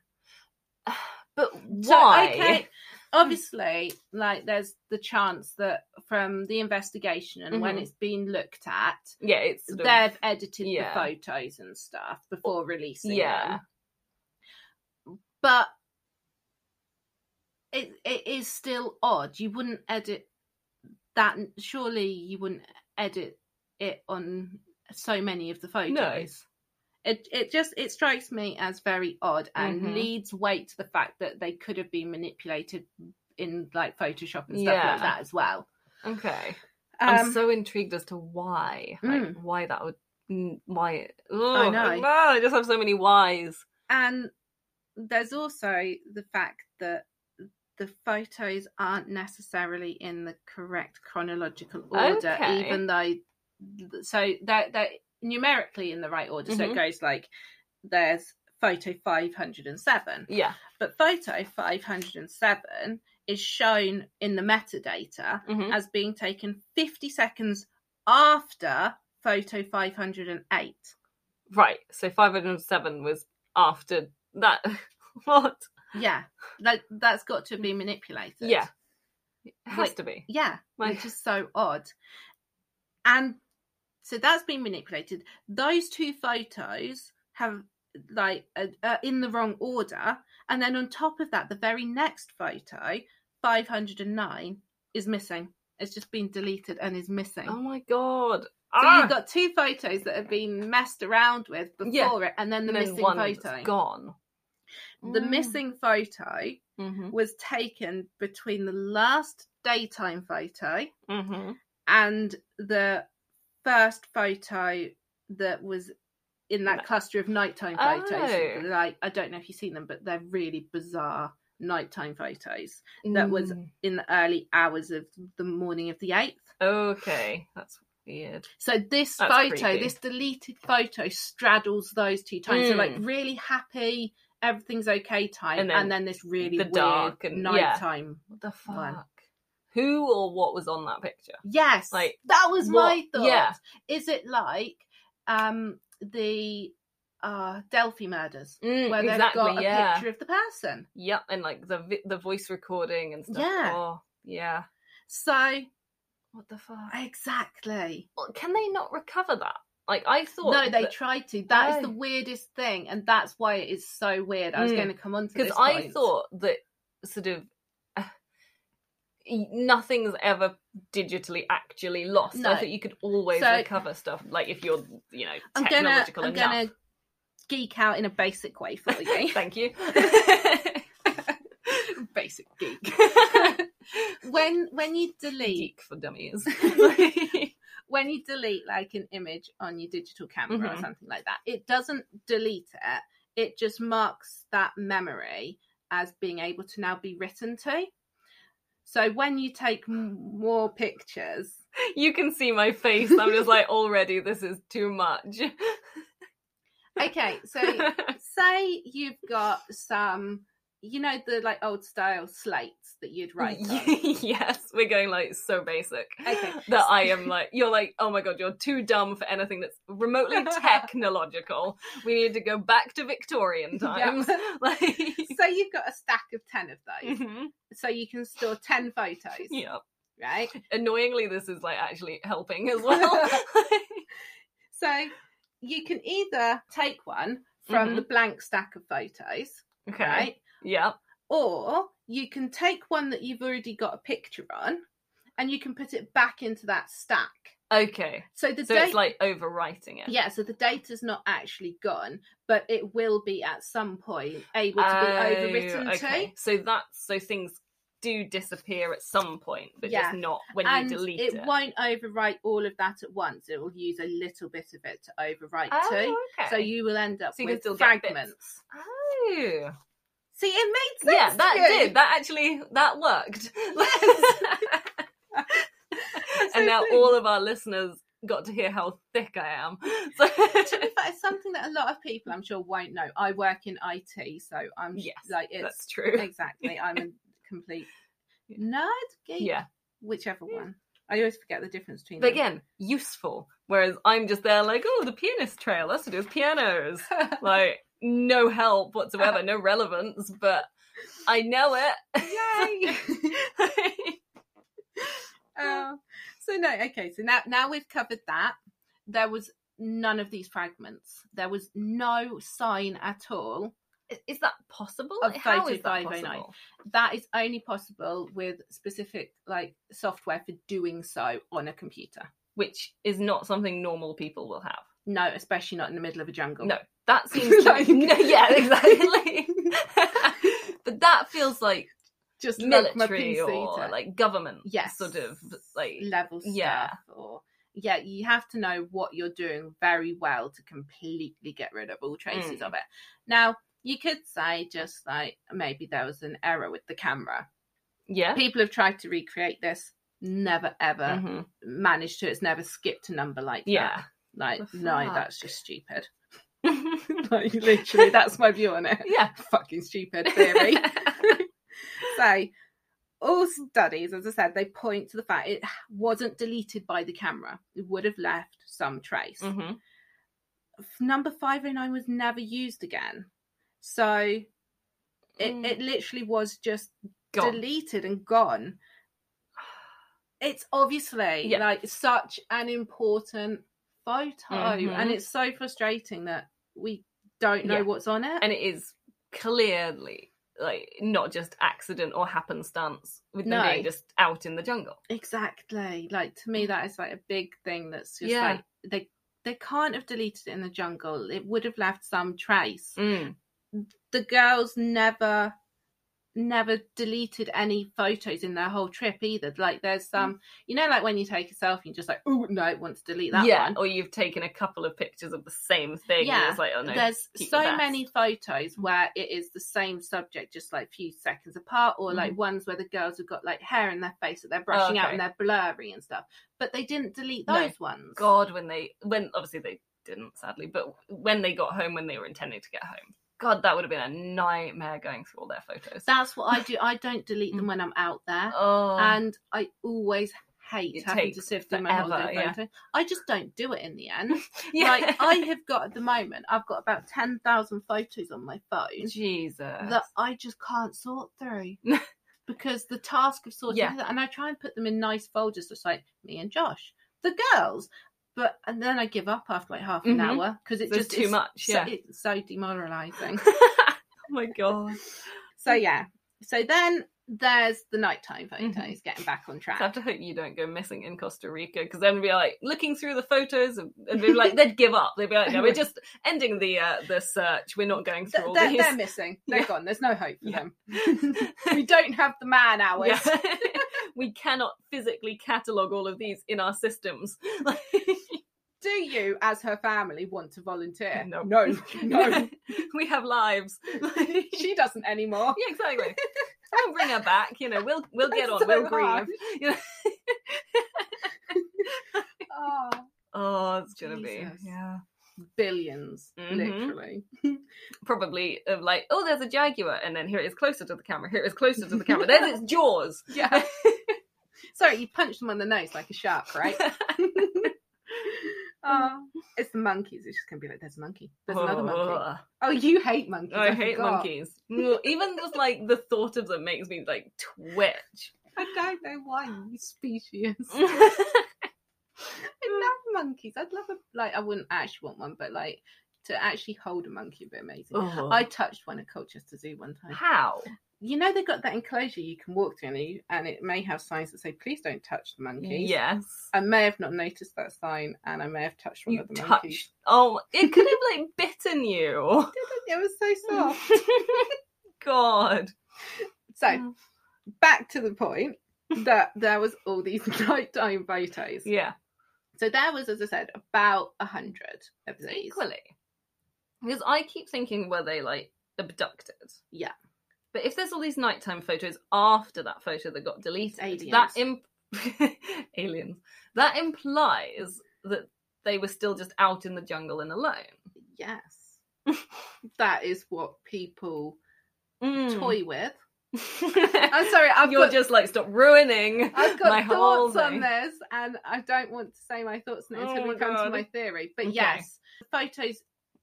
[SPEAKER 2] [SIGHS] But why?
[SPEAKER 1] So,
[SPEAKER 2] [LAUGHS]
[SPEAKER 1] okay, obviously, like there's the chance that from the investigation and when
[SPEAKER 2] Mhm.
[SPEAKER 1] it's been looked at,
[SPEAKER 2] Yeah, it's sort of-
[SPEAKER 1] they've edited
[SPEAKER 2] yeah.
[SPEAKER 1] the photos and stuff before releasing
[SPEAKER 2] yeah.
[SPEAKER 1] them. But it it is still odd. You wouldn't edit that. Surely you wouldn't edit it on so many of the photos. It it just it strikes me as very odd and
[SPEAKER 2] Mhm.
[SPEAKER 1] leads weight to the fact that they could have been manipulated in like Photoshop and stuff
[SPEAKER 2] Yeah.
[SPEAKER 1] like that as well.
[SPEAKER 2] Okay. I'm
[SPEAKER 1] Um,
[SPEAKER 2] so intrigued as to why, like,
[SPEAKER 1] Mm.
[SPEAKER 2] why that would, mm, why. Oh,
[SPEAKER 1] know.
[SPEAKER 2] wow, I just have so many whys.
[SPEAKER 1] and there's also the fact that the photos aren't necessarily in the correct chronological order,
[SPEAKER 2] Okay.
[SPEAKER 1] even though so they're, they're numerically in the right order. So
[SPEAKER 2] Mhm.
[SPEAKER 1] it goes like there's photo 507,
[SPEAKER 2] Yeah.
[SPEAKER 1] but photo 507 is shown in the metadata
[SPEAKER 2] Mhm.
[SPEAKER 1] as being taken 50 seconds after photo 508.
[SPEAKER 2] Right. So 507 was after that. [LAUGHS] what?
[SPEAKER 1] Yeah, like that's got to be manipulated.
[SPEAKER 2] Yeah. It has
[SPEAKER 1] Like-
[SPEAKER 2] to be.
[SPEAKER 1] Yeah,
[SPEAKER 2] Yeah.
[SPEAKER 1] which is so odd. And so that's been manipulated. Those two photos have like uh, are in the wrong order, and then on top of that, the very next photo, five hundred and nine, is missing. It's just been deleted and is missing.
[SPEAKER 2] Oh my god.
[SPEAKER 1] So
[SPEAKER 2] Ah!
[SPEAKER 1] you've got two photos that have been messed around with before
[SPEAKER 2] Yeah.
[SPEAKER 1] it, and then the
[SPEAKER 2] and then
[SPEAKER 1] missing
[SPEAKER 2] one
[SPEAKER 1] photo.
[SPEAKER 2] that's gone. Mm.
[SPEAKER 1] The missing photo
[SPEAKER 2] Mm-hmm.
[SPEAKER 1] was taken between the last daytime photo
[SPEAKER 2] Mm-hmm.
[SPEAKER 1] and the first photo that was in that
[SPEAKER 2] No.
[SPEAKER 1] cluster of nighttime photos.
[SPEAKER 2] Oh.
[SPEAKER 1] Like I don't know if you've seen them, but they're really bizarre nighttime photos That was- in the early hours of the morning of the eighth.
[SPEAKER 2] Okay. That's weird.
[SPEAKER 1] So this
[SPEAKER 2] That's
[SPEAKER 1] photo,
[SPEAKER 2] creepy.
[SPEAKER 1] this deleted photo, straddles those two times. So like
[SPEAKER 2] Mm.
[SPEAKER 1] really happy, everything's okay time,
[SPEAKER 2] And
[SPEAKER 1] and then,
[SPEAKER 2] then
[SPEAKER 1] this really
[SPEAKER 2] the
[SPEAKER 1] weird
[SPEAKER 2] dark and- yeah.
[SPEAKER 1] nighttime.
[SPEAKER 2] What the fuck?
[SPEAKER 1] One.
[SPEAKER 2] Who or what was on that picture?
[SPEAKER 1] Yes,
[SPEAKER 2] Like,
[SPEAKER 1] that was my
[SPEAKER 2] what-
[SPEAKER 1] thought.
[SPEAKER 2] yeah.
[SPEAKER 1] Is it like um the uh Delphi murders
[SPEAKER 2] Mm,
[SPEAKER 1] where
[SPEAKER 2] exactly.
[SPEAKER 1] they've got a
[SPEAKER 2] yeah.
[SPEAKER 1] picture of the person?
[SPEAKER 2] Yep, and like the vi- the voice recording and stuff.
[SPEAKER 1] Yeah.
[SPEAKER 2] Oh, yeah.
[SPEAKER 1] So
[SPEAKER 2] What the fuck?
[SPEAKER 1] exactly.
[SPEAKER 2] Well, Can they not recover that? Like I thought.
[SPEAKER 1] no, they
[SPEAKER 2] that-
[SPEAKER 1] tried to. That is
[SPEAKER 2] Oh.
[SPEAKER 1] the weirdest thing, and that's why it is so weird. I was
[SPEAKER 2] Mm.
[SPEAKER 1] going to come on to
[SPEAKER 2] because
[SPEAKER 1] this
[SPEAKER 2] I
[SPEAKER 1] point.
[SPEAKER 2] thought that sort of [SIGHS] uh, y- nothing's ever digitally actually lost.
[SPEAKER 1] No.
[SPEAKER 2] I thought you could always
[SPEAKER 1] So-
[SPEAKER 2] recover stuff, like if you're you know
[SPEAKER 1] I'm gonna,
[SPEAKER 2] technological
[SPEAKER 1] I'm
[SPEAKER 2] enough.
[SPEAKER 1] gonna geek out in a basic way for you.
[SPEAKER 2] [LAUGHS]
[SPEAKER 1] [LAUGHS]
[SPEAKER 2] Thank you.
[SPEAKER 1] basic geek. when when you delete
[SPEAKER 2] Geek for dummies. [LAUGHS]
[SPEAKER 1] when you delete like an image on your digital camera
[SPEAKER 2] Mhm.
[SPEAKER 1] or something like that, it doesn't delete it. It just marks that memory as being able to now be written to. So when you take m- more pictures,
[SPEAKER 2] you can see my face. I'm just like already this is too much.
[SPEAKER 1] Okay,
[SPEAKER 2] [LAUGHS]
[SPEAKER 1] so say you've got some, you know, the like old style slates that you'd
[SPEAKER 2] [LAUGHS]
[SPEAKER 1] write. on.
[SPEAKER 2] yes, we're going like so basic. [LAUGHS]
[SPEAKER 1] Okay.
[SPEAKER 2] That I am like, you're like, oh my god, you're too dumb for anything that's
[SPEAKER 1] [LAUGHS]
[SPEAKER 2] remotely technological. We need to go back to Victorian times. [LAUGHS] Like,
[SPEAKER 1] So you've got a stack of ten of
[SPEAKER 2] [LAUGHS]
[SPEAKER 1] those,
[SPEAKER 2] Mhm.
[SPEAKER 1] so you can store ten photos,
[SPEAKER 2] yeah.
[SPEAKER 1] right?
[SPEAKER 2] Annoyingly, this is like actually helping
[SPEAKER 1] [LAUGHS]
[SPEAKER 2] as well.
[SPEAKER 1] So you can either take one from
[SPEAKER 2] Mhm.
[SPEAKER 1] the blank stack of photos,
[SPEAKER 2] okay. [LAUGHS]
[SPEAKER 1] right?
[SPEAKER 2] Yeah.
[SPEAKER 1] Or you can take one that you've already got a picture on and you can put it back into that stack.
[SPEAKER 2] Okay.
[SPEAKER 1] So the
[SPEAKER 2] So
[SPEAKER 1] data
[SPEAKER 2] it's like overwriting it.
[SPEAKER 1] Yeah, so the data's not actually gone, but it will be at some point able to be
[SPEAKER 2] Oh,
[SPEAKER 1] overwritten
[SPEAKER 2] okay.
[SPEAKER 1] to.
[SPEAKER 2] So that's so things do disappear at some point, but
[SPEAKER 1] Yeah.
[SPEAKER 2] just not when
[SPEAKER 1] and
[SPEAKER 2] you delete
[SPEAKER 1] it,
[SPEAKER 2] it.
[SPEAKER 1] won't overwrite all of that at once. It will use a little bit of it to overwrite
[SPEAKER 2] Oh,
[SPEAKER 1] to.
[SPEAKER 2] okay.
[SPEAKER 1] So you will end up
[SPEAKER 2] So you can
[SPEAKER 1] with
[SPEAKER 2] still get bits.
[SPEAKER 1] fragments.
[SPEAKER 2] Oh.
[SPEAKER 1] See, it made sense.
[SPEAKER 2] Yeah,
[SPEAKER 1] to
[SPEAKER 2] that
[SPEAKER 1] you.
[SPEAKER 2] did. That actually that worked.
[SPEAKER 1] [LAUGHS]
[SPEAKER 2] [LAUGHS]
[SPEAKER 1] so
[SPEAKER 2] and now
[SPEAKER 1] pleased.
[SPEAKER 2] all of our listeners got to hear how thick I am. [LAUGHS] So
[SPEAKER 1] To be fair, it's something that a lot of people, I'm sure, won't know. I work in IT, so I'm
[SPEAKER 2] Yes,
[SPEAKER 1] like it's
[SPEAKER 2] that's true.
[SPEAKER 1] exactly. I'm a
[SPEAKER 2] [LAUGHS]
[SPEAKER 1] complete nerd, geek,
[SPEAKER 2] Yeah.
[SPEAKER 1] whichever one. I always forget the difference between.
[SPEAKER 2] But
[SPEAKER 1] them.
[SPEAKER 2] again, useful. Whereas I'm just there like, oh, the pianist trail, that's to do with [LAUGHS] pianos. like no help [LAUGHS] whatsoever, no relevance, but I know it. [LAUGHS] Yay!
[SPEAKER 1] Oh, so no, okay. So now, now we've covered that. There was none of these fragments. There was no sign at all.
[SPEAKER 2] is that possible?
[SPEAKER 1] Of
[SPEAKER 2] How is that
[SPEAKER 1] 509.
[SPEAKER 2] possible?
[SPEAKER 1] That is only possible with specific like software for doing so on a computer.
[SPEAKER 2] Which is not something normal people will have.
[SPEAKER 1] No, especially not in the middle of a jungle.
[SPEAKER 2] No, that seems [LAUGHS] like
[SPEAKER 1] Like-
[SPEAKER 2] no, yeah, exactly. [LAUGHS] but that feels like
[SPEAKER 1] just military my
[SPEAKER 2] military
[SPEAKER 1] PC
[SPEAKER 2] or
[SPEAKER 1] to
[SPEAKER 2] like government,
[SPEAKER 1] Yes.
[SPEAKER 2] sort of like
[SPEAKER 1] level stuff
[SPEAKER 2] yeah.
[SPEAKER 1] or yeah, you have to know what you're doing very well to completely get rid of all traces
[SPEAKER 2] Mm.
[SPEAKER 1] of it. Now, you could say just like maybe there was an error with the camera.
[SPEAKER 2] yeah.
[SPEAKER 1] People have tried to recreate this, never ever
[SPEAKER 2] Mhm.
[SPEAKER 1] managed to. It's never skipped a number like
[SPEAKER 2] Yeah.
[SPEAKER 1] that. Like,
[SPEAKER 2] The
[SPEAKER 1] no,
[SPEAKER 2] fuck?
[SPEAKER 1] that's just stupid. [LAUGHS] like, literally, that's my view on it.
[SPEAKER 2] [LAUGHS]
[SPEAKER 1] [LAUGHS]
[SPEAKER 2] yeah.
[SPEAKER 1] Fucking stupid
[SPEAKER 2] [LAUGHS]
[SPEAKER 1] theory. so all studies as i said they point to the fact it wasn't deleted by the camera it would have left some trace
[SPEAKER 2] hmm
[SPEAKER 1] number 509 was never used again so it,
[SPEAKER 2] Mm.
[SPEAKER 1] it literally was just
[SPEAKER 2] Gone.
[SPEAKER 1] deleted and gone it's obviously
[SPEAKER 2] Yeah.
[SPEAKER 1] like such an important photo
[SPEAKER 2] Mhm.
[SPEAKER 1] and it's so frustrating that we don't know
[SPEAKER 2] Yeah.
[SPEAKER 1] what's on it
[SPEAKER 2] and it is clearly like not just accident or happenstance with them
[SPEAKER 1] No.
[SPEAKER 2] being just out in the jungle.
[SPEAKER 1] Exactly. Like to me, that is like a big thing. That's just
[SPEAKER 2] Mm. Yeah.
[SPEAKER 1] like they they can't have deleted it in the jungle. It would have left some trace.
[SPEAKER 2] Mm.
[SPEAKER 1] The girls never never deleted any photos in their whole trip either. Like
[SPEAKER 2] Mm.
[SPEAKER 1] there's some, you know, like when you take a selfie, and just like, oh no, I want to delete that
[SPEAKER 2] yeah,
[SPEAKER 1] one.
[SPEAKER 2] or you've taken a couple of pictures of the same thing.
[SPEAKER 1] Yeah,
[SPEAKER 2] and it's like oh no,
[SPEAKER 1] there's
[SPEAKER 2] keep the
[SPEAKER 1] so
[SPEAKER 2] best. Mm.
[SPEAKER 1] many photos where it is the same subject just like few seconds apart or like ones where the girls have got like hair in their face that they're brushing out
[SPEAKER 2] Mm-hmm. okay.
[SPEAKER 1] and they're blurry and stuff but they didn't delete
[SPEAKER 2] No.
[SPEAKER 1] those ones
[SPEAKER 2] God, when they when obviously they didn't sadly, but when they got home when they were intending to get home, God, that would have been a nightmare going through all their photos.
[SPEAKER 1] that's what i do i don't delete them when i'm out there
[SPEAKER 2] Mm. oh, [LAUGHS]
[SPEAKER 1] and i always hate
[SPEAKER 2] It
[SPEAKER 1] having to
[SPEAKER 2] takes
[SPEAKER 1] sift through my whole
[SPEAKER 2] forever,
[SPEAKER 1] day
[SPEAKER 2] yeah.
[SPEAKER 1] photo i just don't do it in the end
[SPEAKER 2] [LAUGHS] yeah.
[SPEAKER 1] like [LAUGHS] i have got at the moment i've got about 10,000 photos on my phone
[SPEAKER 2] Jesus,
[SPEAKER 1] that I just can't sort through
[SPEAKER 2] [LAUGHS]
[SPEAKER 1] because the task of sorting
[SPEAKER 2] Yeah.
[SPEAKER 1] through that, and I try and put them in nice folders, just like me and Josh, the girls. But and then I give up after like half an
[SPEAKER 2] Mhm.
[SPEAKER 1] hour because it's
[SPEAKER 2] There's
[SPEAKER 1] just
[SPEAKER 2] too
[SPEAKER 1] it's
[SPEAKER 2] much,
[SPEAKER 1] so-
[SPEAKER 2] yeah.
[SPEAKER 1] it's so demoralising.
[SPEAKER 2] [LAUGHS] oh my
[SPEAKER 1] [LAUGHS]
[SPEAKER 2] God,
[SPEAKER 1] Oh, so
[SPEAKER 2] Mm.
[SPEAKER 1] yeah. So then there's the nighttime
[SPEAKER 2] Mm-hmm.
[SPEAKER 1] photos getting back on
[SPEAKER 2] I
[SPEAKER 1] track.
[SPEAKER 2] have to hope you don't go missing in Costa Rica because then be like looking through the photos and and they'd be like they'd give up. They'd be like, no, we're just ending the uh, the search. We're not going through
[SPEAKER 1] Th-
[SPEAKER 2] all
[SPEAKER 1] they're,
[SPEAKER 2] these.
[SPEAKER 1] they're missing. They're
[SPEAKER 2] Yeah.
[SPEAKER 1] gone. There's no hope for
[SPEAKER 2] Yeah. [LAUGHS]
[SPEAKER 1] them. we don't have the man hours.
[SPEAKER 2] Yeah.
[SPEAKER 1] [LAUGHS]
[SPEAKER 2] [LAUGHS] we cannot physically catalog all of these in our systems. Like,
[SPEAKER 1] Do you, as her family, want to volunteer?
[SPEAKER 2] No. [LAUGHS]
[SPEAKER 1] no, [LAUGHS] no.
[SPEAKER 2] we have lives. Like,
[SPEAKER 1] she doesn't
[SPEAKER 2] [LAUGHS]
[SPEAKER 1] anymore.
[SPEAKER 2] yeah,
[SPEAKER 1] [LAUGHS]
[SPEAKER 2] exactly. We'll bring her back. You know, we'll we'll get on.
[SPEAKER 1] So
[SPEAKER 2] we'll grieve. [LAUGHS]
[SPEAKER 1] harsh.
[SPEAKER 2] you know.
[SPEAKER 1] [LAUGHS] Oh. Ah.
[SPEAKER 2] Oh, it's gonna be
[SPEAKER 1] Jesus.
[SPEAKER 2] yeah.
[SPEAKER 1] billions,
[SPEAKER 2] Mhm.
[SPEAKER 1] literally.
[SPEAKER 2] Probably of like, oh, there's a jaguar, and then here it is closer to the camera. Here it is closer to the camera. There's its jaws.
[SPEAKER 1] Yeah. [LAUGHS] Sorry, you punched them on the nose like a shark, right? [LAUGHS] oh, it's the monkeys. It's just gonna be like, there's a monkey. There's
[SPEAKER 2] [LAUGHS]
[SPEAKER 1] another monkey.
[SPEAKER 2] Ugh.
[SPEAKER 1] Oh, you hate monkeys.
[SPEAKER 2] I, hate
[SPEAKER 1] forgot.
[SPEAKER 2] monkeys. Ugh. Even just like the thought of them makes me like
[SPEAKER 1] [LAUGHS]
[SPEAKER 2] twitch. Oh,
[SPEAKER 1] I don't know why you species.
[SPEAKER 2] [LAUGHS]
[SPEAKER 1] I love monkeys. I'd love a like. I wouldn't actually want one, but like to actually hold a monkey would be
[SPEAKER 2] Oh.
[SPEAKER 1] amazing. I touched one at Colchester Zoo one time.
[SPEAKER 2] How?
[SPEAKER 1] You know they've got that enclosure you can walk through, and, you, and it may have signs that say "Please don't touch the monkeys."
[SPEAKER 2] Yes.
[SPEAKER 1] I may have not noticed that sign, and I may have touched one
[SPEAKER 2] You
[SPEAKER 1] of the
[SPEAKER 2] touched.
[SPEAKER 1] monkeys.
[SPEAKER 2] Oh, it could have like bitten you.
[SPEAKER 1] It was so
[SPEAKER 2] [LAUGHS]
[SPEAKER 1] soft.
[SPEAKER 2] God.
[SPEAKER 1] So back to the point that there was all these [LAUGHS] nighttime photos.
[SPEAKER 2] Yeah.
[SPEAKER 1] So there was, as I said, about a hundred of these.
[SPEAKER 2] Equally. Because I keep thinking, were they like abducted?
[SPEAKER 1] Yeah.
[SPEAKER 2] But if there's all these nighttime photos after that photo that got deleted,
[SPEAKER 1] aliens.
[SPEAKER 2] that imp- [LAUGHS] aliens. That implies that they were still just out in the jungle and alone.
[SPEAKER 1] Yes. [LAUGHS] that is what people [LAUGHS] toy with.
[SPEAKER 2] Mm.
[SPEAKER 1] I'm sorry, I've
[SPEAKER 2] Hmm. You're
[SPEAKER 1] got,
[SPEAKER 2] just like, stop ruining
[SPEAKER 1] I've
[SPEAKER 2] my
[SPEAKER 1] got
[SPEAKER 2] whole
[SPEAKER 1] thoughts
[SPEAKER 2] thing.
[SPEAKER 1] on this, and I don't want to say my thoughts on it until
[SPEAKER 2] Oh
[SPEAKER 1] we
[SPEAKER 2] my
[SPEAKER 1] come to
[SPEAKER 2] God.
[SPEAKER 1] my theory. But
[SPEAKER 2] Okay.
[SPEAKER 1] yes, the photos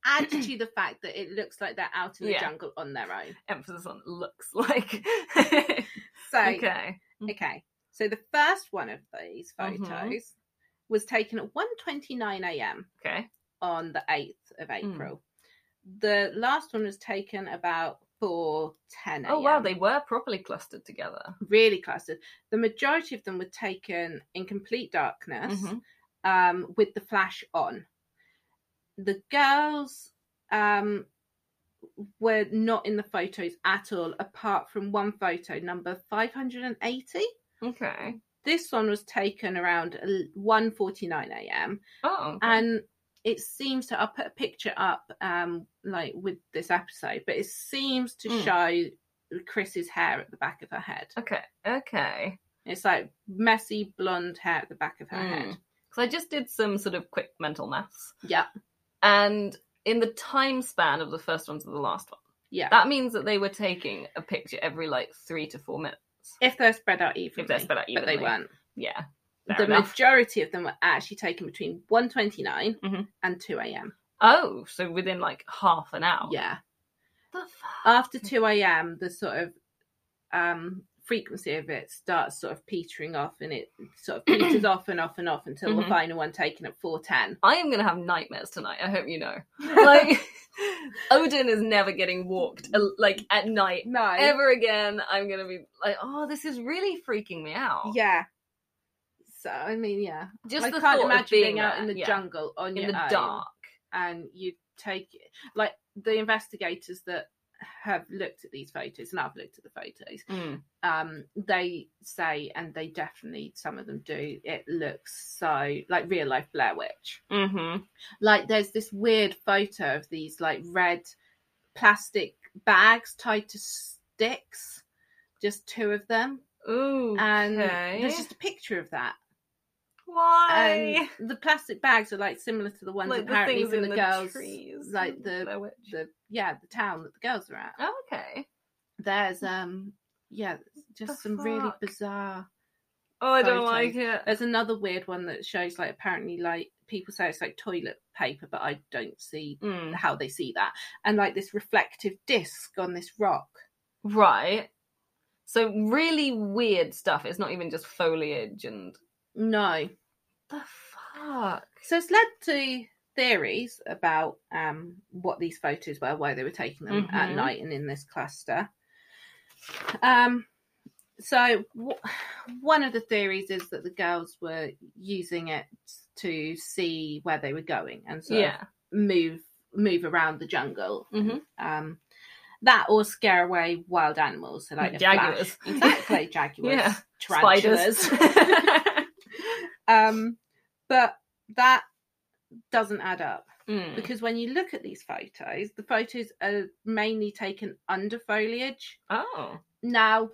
[SPEAKER 1] add to the fact that it looks like they're out in the
[SPEAKER 2] Yeah.
[SPEAKER 1] jungle on their own.
[SPEAKER 2] Emphasis on looks like. [LAUGHS]
[SPEAKER 1] So
[SPEAKER 2] okay.
[SPEAKER 1] Okay. So the first one of these photos
[SPEAKER 2] Mhm.
[SPEAKER 1] was taken at 1:29 a.m.
[SPEAKER 2] Okay.
[SPEAKER 1] on the 8th
[SPEAKER 2] Hmm.
[SPEAKER 1] of April. The last one was taken about 4:10 a.m.
[SPEAKER 2] Oh wow, they were properly clustered together.
[SPEAKER 1] really clustered. The majority of them were taken in complete darkness
[SPEAKER 2] Mhm.
[SPEAKER 1] um, with the flash on. The girls um, were not in the photos at all, apart from one photo, number 580.
[SPEAKER 2] Okay.
[SPEAKER 1] This one was taken around 1.49 a.m.
[SPEAKER 2] Oh. okay.
[SPEAKER 1] And it seems to, I'll put a picture up um, like with this episode, but it seems
[SPEAKER 2] Hmm.
[SPEAKER 1] to show Chris's hair at the back of her head.
[SPEAKER 2] Okay. Okay. Hmm.
[SPEAKER 1] It's like messy blonde hair at the back of her head.
[SPEAKER 2] Because I just did some sort of quick mental maths,
[SPEAKER 1] Yeah,
[SPEAKER 2] and in the time span of the first one to the last one,
[SPEAKER 1] yeah.
[SPEAKER 2] that means that they were taking a picture every like three to four minutes.
[SPEAKER 1] if they're spread out evenly,
[SPEAKER 2] If they're spread out
[SPEAKER 1] but
[SPEAKER 2] evenly,
[SPEAKER 1] they weren't.
[SPEAKER 2] Yeah. Fair
[SPEAKER 1] the
[SPEAKER 2] enough.
[SPEAKER 1] majority of them were actually taken between 1.29
[SPEAKER 2] Mhm.
[SPEAKER 1] and 2 a.m.
[SPEAKER 2] Oh, so within like half an hour.
[SPEAKER 1] Yeah. Uh,
[SPEAKER 2] The fuck?
[SPEAKER 1] After 2 a.m., the sort of um, frequency of it starts sort of petering off, and it sort of
[SPEAKER 2] [CLEARS THROAT]
[SPEAKER 1] peters off and off and off until the
[SPEAKER 2] Mhm.
[SPEAKER 1] final one taken at 4:10.
[SPEAKER 2] I am going to have nightmares tonight. I hope
[SPEAKER 1] [LAUGHS]
[SPEAKER 2] you know. [LAUGHS] Like, [LAUGHS] Odin is never getting walked uh, like at night
[SPEAKER 1] No.
[SPEAKER 2] ever again. I'm going to be like, oh, this is really freaking me out.
[SPEAKER 1] yeah. So I mean, yeah.
[SPEAKER 2] Just
[SPEAKER 1] I
[SPEAKER 2] the
[SPEAKER 1] can't
[SPEAKER 2] thought
[SPEAKER 1] imagine
[SPEAKER 2] of being,
[SPEAKER 1] being out
[SPEAKER 2] there,
[SPEAKER 1] in the
[SPEAKER 2] yeah,
[SPEAKER 1] jungle on
[SPEAKER 2] in
[SPEAKER 1] your
[SPEAKER 2] the
[SPEAKER 1] own.
[SPEAKER 2] dark.
[SPEAKER 1] and you take like the investigators that have looked at these photos and I've looked at the photos um they say and they definitely some of them do it looks so like real life Blair Witch
[SPEAKER 2] Mm-hmm.
[SPEAKER 1] like there's this weird photo of these like red plastic bags tied to sticks just two of them
[SPEAKER 2] Ooh.
[SPEAKER 1] and
[SPEAKER 2] okay.
[SPEAKER 1] there's just a picture of that
[SPEAKER 2] why?
[SPEAKER 1] and the plastic bags are like similar to the ones
[SPEAKER 2] like the
[SPEAKER 1] apparently
[SPEAKER 2] things
[SPEAKER 1] from
[SPEAKER 2] in
[SPEAKER 1] the,
[SPEAKER 2] the,
[SPEAKER 1] girls
[SPEAKER 2] trees.
[SPEAKER 1] like the-
[SPEAKER 2] Blair Witch.
[SPEAKER 1] the yeah the town that the girls are at
[SPEAKER 2] Oh, okay.
[SPEAKER 1] there's um yeah just
[SPEAKER 2] The
[SPEAKER 1] some really
[SPEAKER 2] fuck?
[SPEAKER 1] bizarre
[SPEAKER 2] Oh, I don't
[SPEAKER 1] Photos.
[SPEAKER 2] like it.
[SPEAKER 1] there's another weird one that shows like apparently like people say it's like toilet paper but i don't see
[SPEAKER 2] Mm.
[SPEAKER 1] how they see that and like this reflective disc on this rock
[SPEAKER 2] Right. So really weird stuff. It's not even just foliage and
[SPEAKER 1] no
[SPEAKER 2] the fuck.
[SPEAKER 1] so it's led to theories about um what these photos were why they were taking them at
[SPEAKER 2] Mhm.
[SPEAKER 1] night and in this cluster um so w- one of the theories is that the girls were using it to see where they were going and so
[SPEAKER 2] yeah.
[SPEAKER 1] move move around the jungle
[SPEAKER 2] Mhm.
[SPEAKER 1] um that or scare away wild animals so like the
[SPEAKER 2] Jaguars.
[SPEAKER 1] flash- [LAUGHS] exactly jaguars
[SPEAKER 2] [LAUGHS] Yeah.
[SPEAKER 1] tarantulas
[SPEAKER 2] Spiders.
[SPEAKER 1] um but that doesn't add up
[SPEAKER 2] [LAUGHS]
[SPEAKER 1] [LAUGHS]
[SPEAKER 2] Mm.
[SPEAKER 1] because when you look at these photos the photos are mainly taken under foliage
[SPEAKER 2] Oh.
[SPEAKER 1] now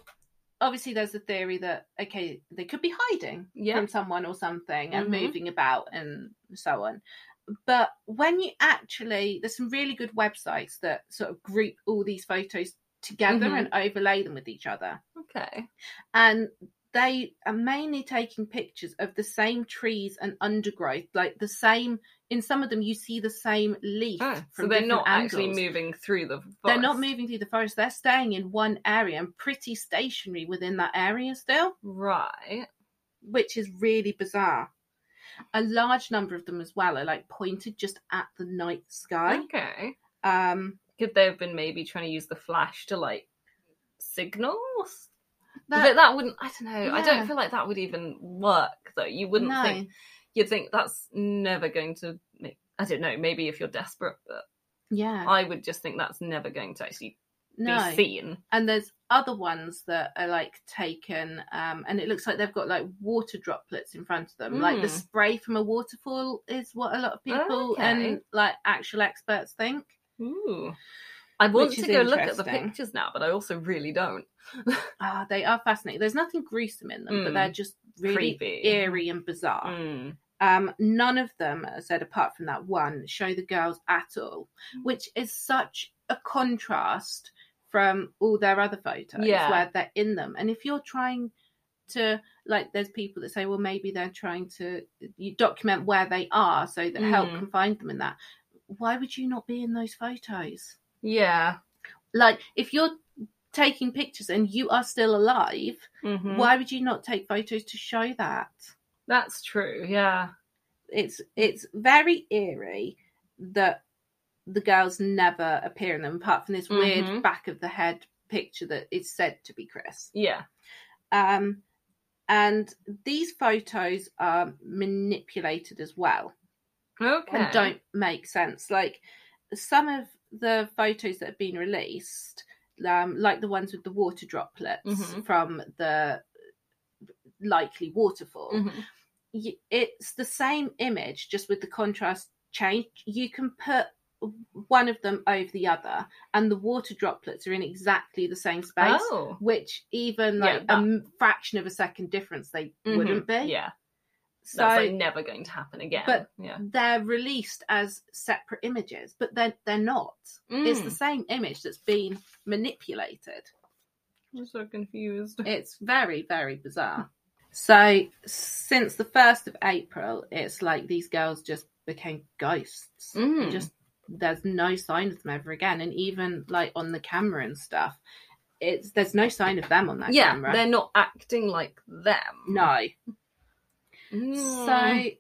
[SPEAKER 1] obviously there's a theory that okay they could be hiding
[SPEAKER 2] Yeah.
[SPEAKER 1] from someone or something and
[SPEAKER 2] Mhm.
[SPEAKER 1] moving about and so on but when you actually, there's some really good websites that sort of group all these photos together
[SPEAKER 2] Mhm.
[SPEAKER 1] and overlay them with each other.
[SPEAKER 2] Okay.
[SPEAKER 1] And they are mainly taking pictures of the same trees and undergrowth, like the same. In some of them, you see the same leaf.
[SPEAKER 2] Oh, so
[SPEAKER 1] from
[SPEAKER 2] they're
[SPEAKER 1] different
[SPEAKER 2] not actually
[SPEAKER 1] angles.
[SPEAKER 2] moving through the forest.
[SPEAKER 1] They're not moving through the forest. They're staying in one area and pretty stationary within that area still,
[SPEAKER 2] Right.
[SPEAKER 1] which is really bizarre. A large number of them as well are like pointed just at the night sky.
[SPEAKER 2] Okay.
[SPEAKER 1] Um,
[SPEAKER 2] Could they have been maybe trying to use the flash to like signals?
[SPEAKER 1] that-
[SPEAKER 2] but that wouldn't. I don't know. I
[SPEAKER 1] Yeah.
[SPEAKER 2] don't feel like that would even work. Though you wouldn't
[SPEAKER 1] no.
[SPEAKER 2] think. You'd think that's never going to make. I don't know. Maybe if you're desperate, but
[SPEAKER 1] Yeah.
[SPEAKER 2] I would just think that's never going to actually
[SPEAKER 1] no.
[SPEAKER 2] be seen.
[SPEAKER 1] and there's other ones that are like taken um and it looks like they've got like water droplets in front of them like the
[SPEAKER 2] Mm.
[SPEAKER 1] spray from a waterfall is what a lot of people
[SPEAKER 2] Okay.
[SPEAKER 1] and like actual experts think
[SPEAKER 2] Ooh. I want
[SPEAKER 1] Which
[SPEAKER 2] to
[SPEAKER 1] is
[SPEAKER 2] go look at the
[SPEAKER 1] interesting.
[SPEAKER 2] pictures now, but I also really don't.
[SPEAKER 1] ah they are fascinating there's nothing gruesome in them but
[SPEAKER 2] Mm.
[SPEAKER 1] they're just really
[SPEAKER 2] Creepy.
[SPEAKER 1] eerie and bizarre
[SPEAKER 2] Mm.
[SPEAKER 1] um none of them as i said apart from that one show the girls at all which is such a contrast from all their other photos
[SPEAKER 2] Yeah.
[SPEAKER 1] where they're in them and if you're trying to like there's people that say well maybe they're trying to you document where they are so that help
[SPEAKER 2] Mhm.
[SPEAKER 1] can find them in that why would you not be in those photos
[SPEAKER 2] Yeah.
[SPEAKER 1] like if you're taking pictures and you are still alive
[SPEAKER 2] Mhm.
[SPEAKER 1] why would you not take photos to show that
[SPEAKER 2] That's true. Yeah.
[SPEAKER 1] it's it's very eerie that the girls never appear in them apart from this
[SPEAKER 2] Mhm.
[SPEAKER 1] weird back of the head picture that is said to be chris
[SPEAKER 2] Yeah.
[SPEAKER 1] um and these photos are manipulated as well
[SPEAKER 2] Okay.
[SPEAKER 1] and don't make sense like some of the photos that have been released um, like the ones with the water droplets
[SPEAKER 2] Mhm.
[SPEAKER 1] from the likely waterfall
[SPEAKER 2] Mhm.
[SPEAKER 1] y- it's the same image just with the contrast change you can put one of them over the other and the water droplets are in exactly the same space
[SPEAKER 2] Oh.
[SPEAKER 1] which even
[SPEAKER 2] Yeah,
[SPEAKER 1] like a m- fraction of a second difference they
[SPEAKER 2] Mhm.
[SPEAKER 1] wouldn't be
[SPEAKER 2] Yeah.
[SPEAKER 1] so
[SPEAKER 2] That's like never going to happen again.
[SPEAKER 1] But-
[SPEAKER 2] yeah.
[SPEAKER 1] they're released as separate images but they're, they're not it's the
[SPEAKER 2] Mm.
[SPEAKER 1] same image that's been manipulated
[SPEAKER 2] I'm so [LAUGHS] confused.
[SPEAKER 1] It's very, very bizarre. So, since the 1st of April, it's like these girls just became ghosts.
[SPEAKER 2] Mm.
[SPEAKER 1] Just there's no sign of them ever again. And even like on the camera and stuff, it's there's no sign of them on that
[SPEAKER 2] yeah,
[SPEAKER 1] camera.
[SPEAKER 2] they're not acting like them.
[SPEAKER 1] No.
[SPEAKER 2] Mm.
[SPEAKER 1] So,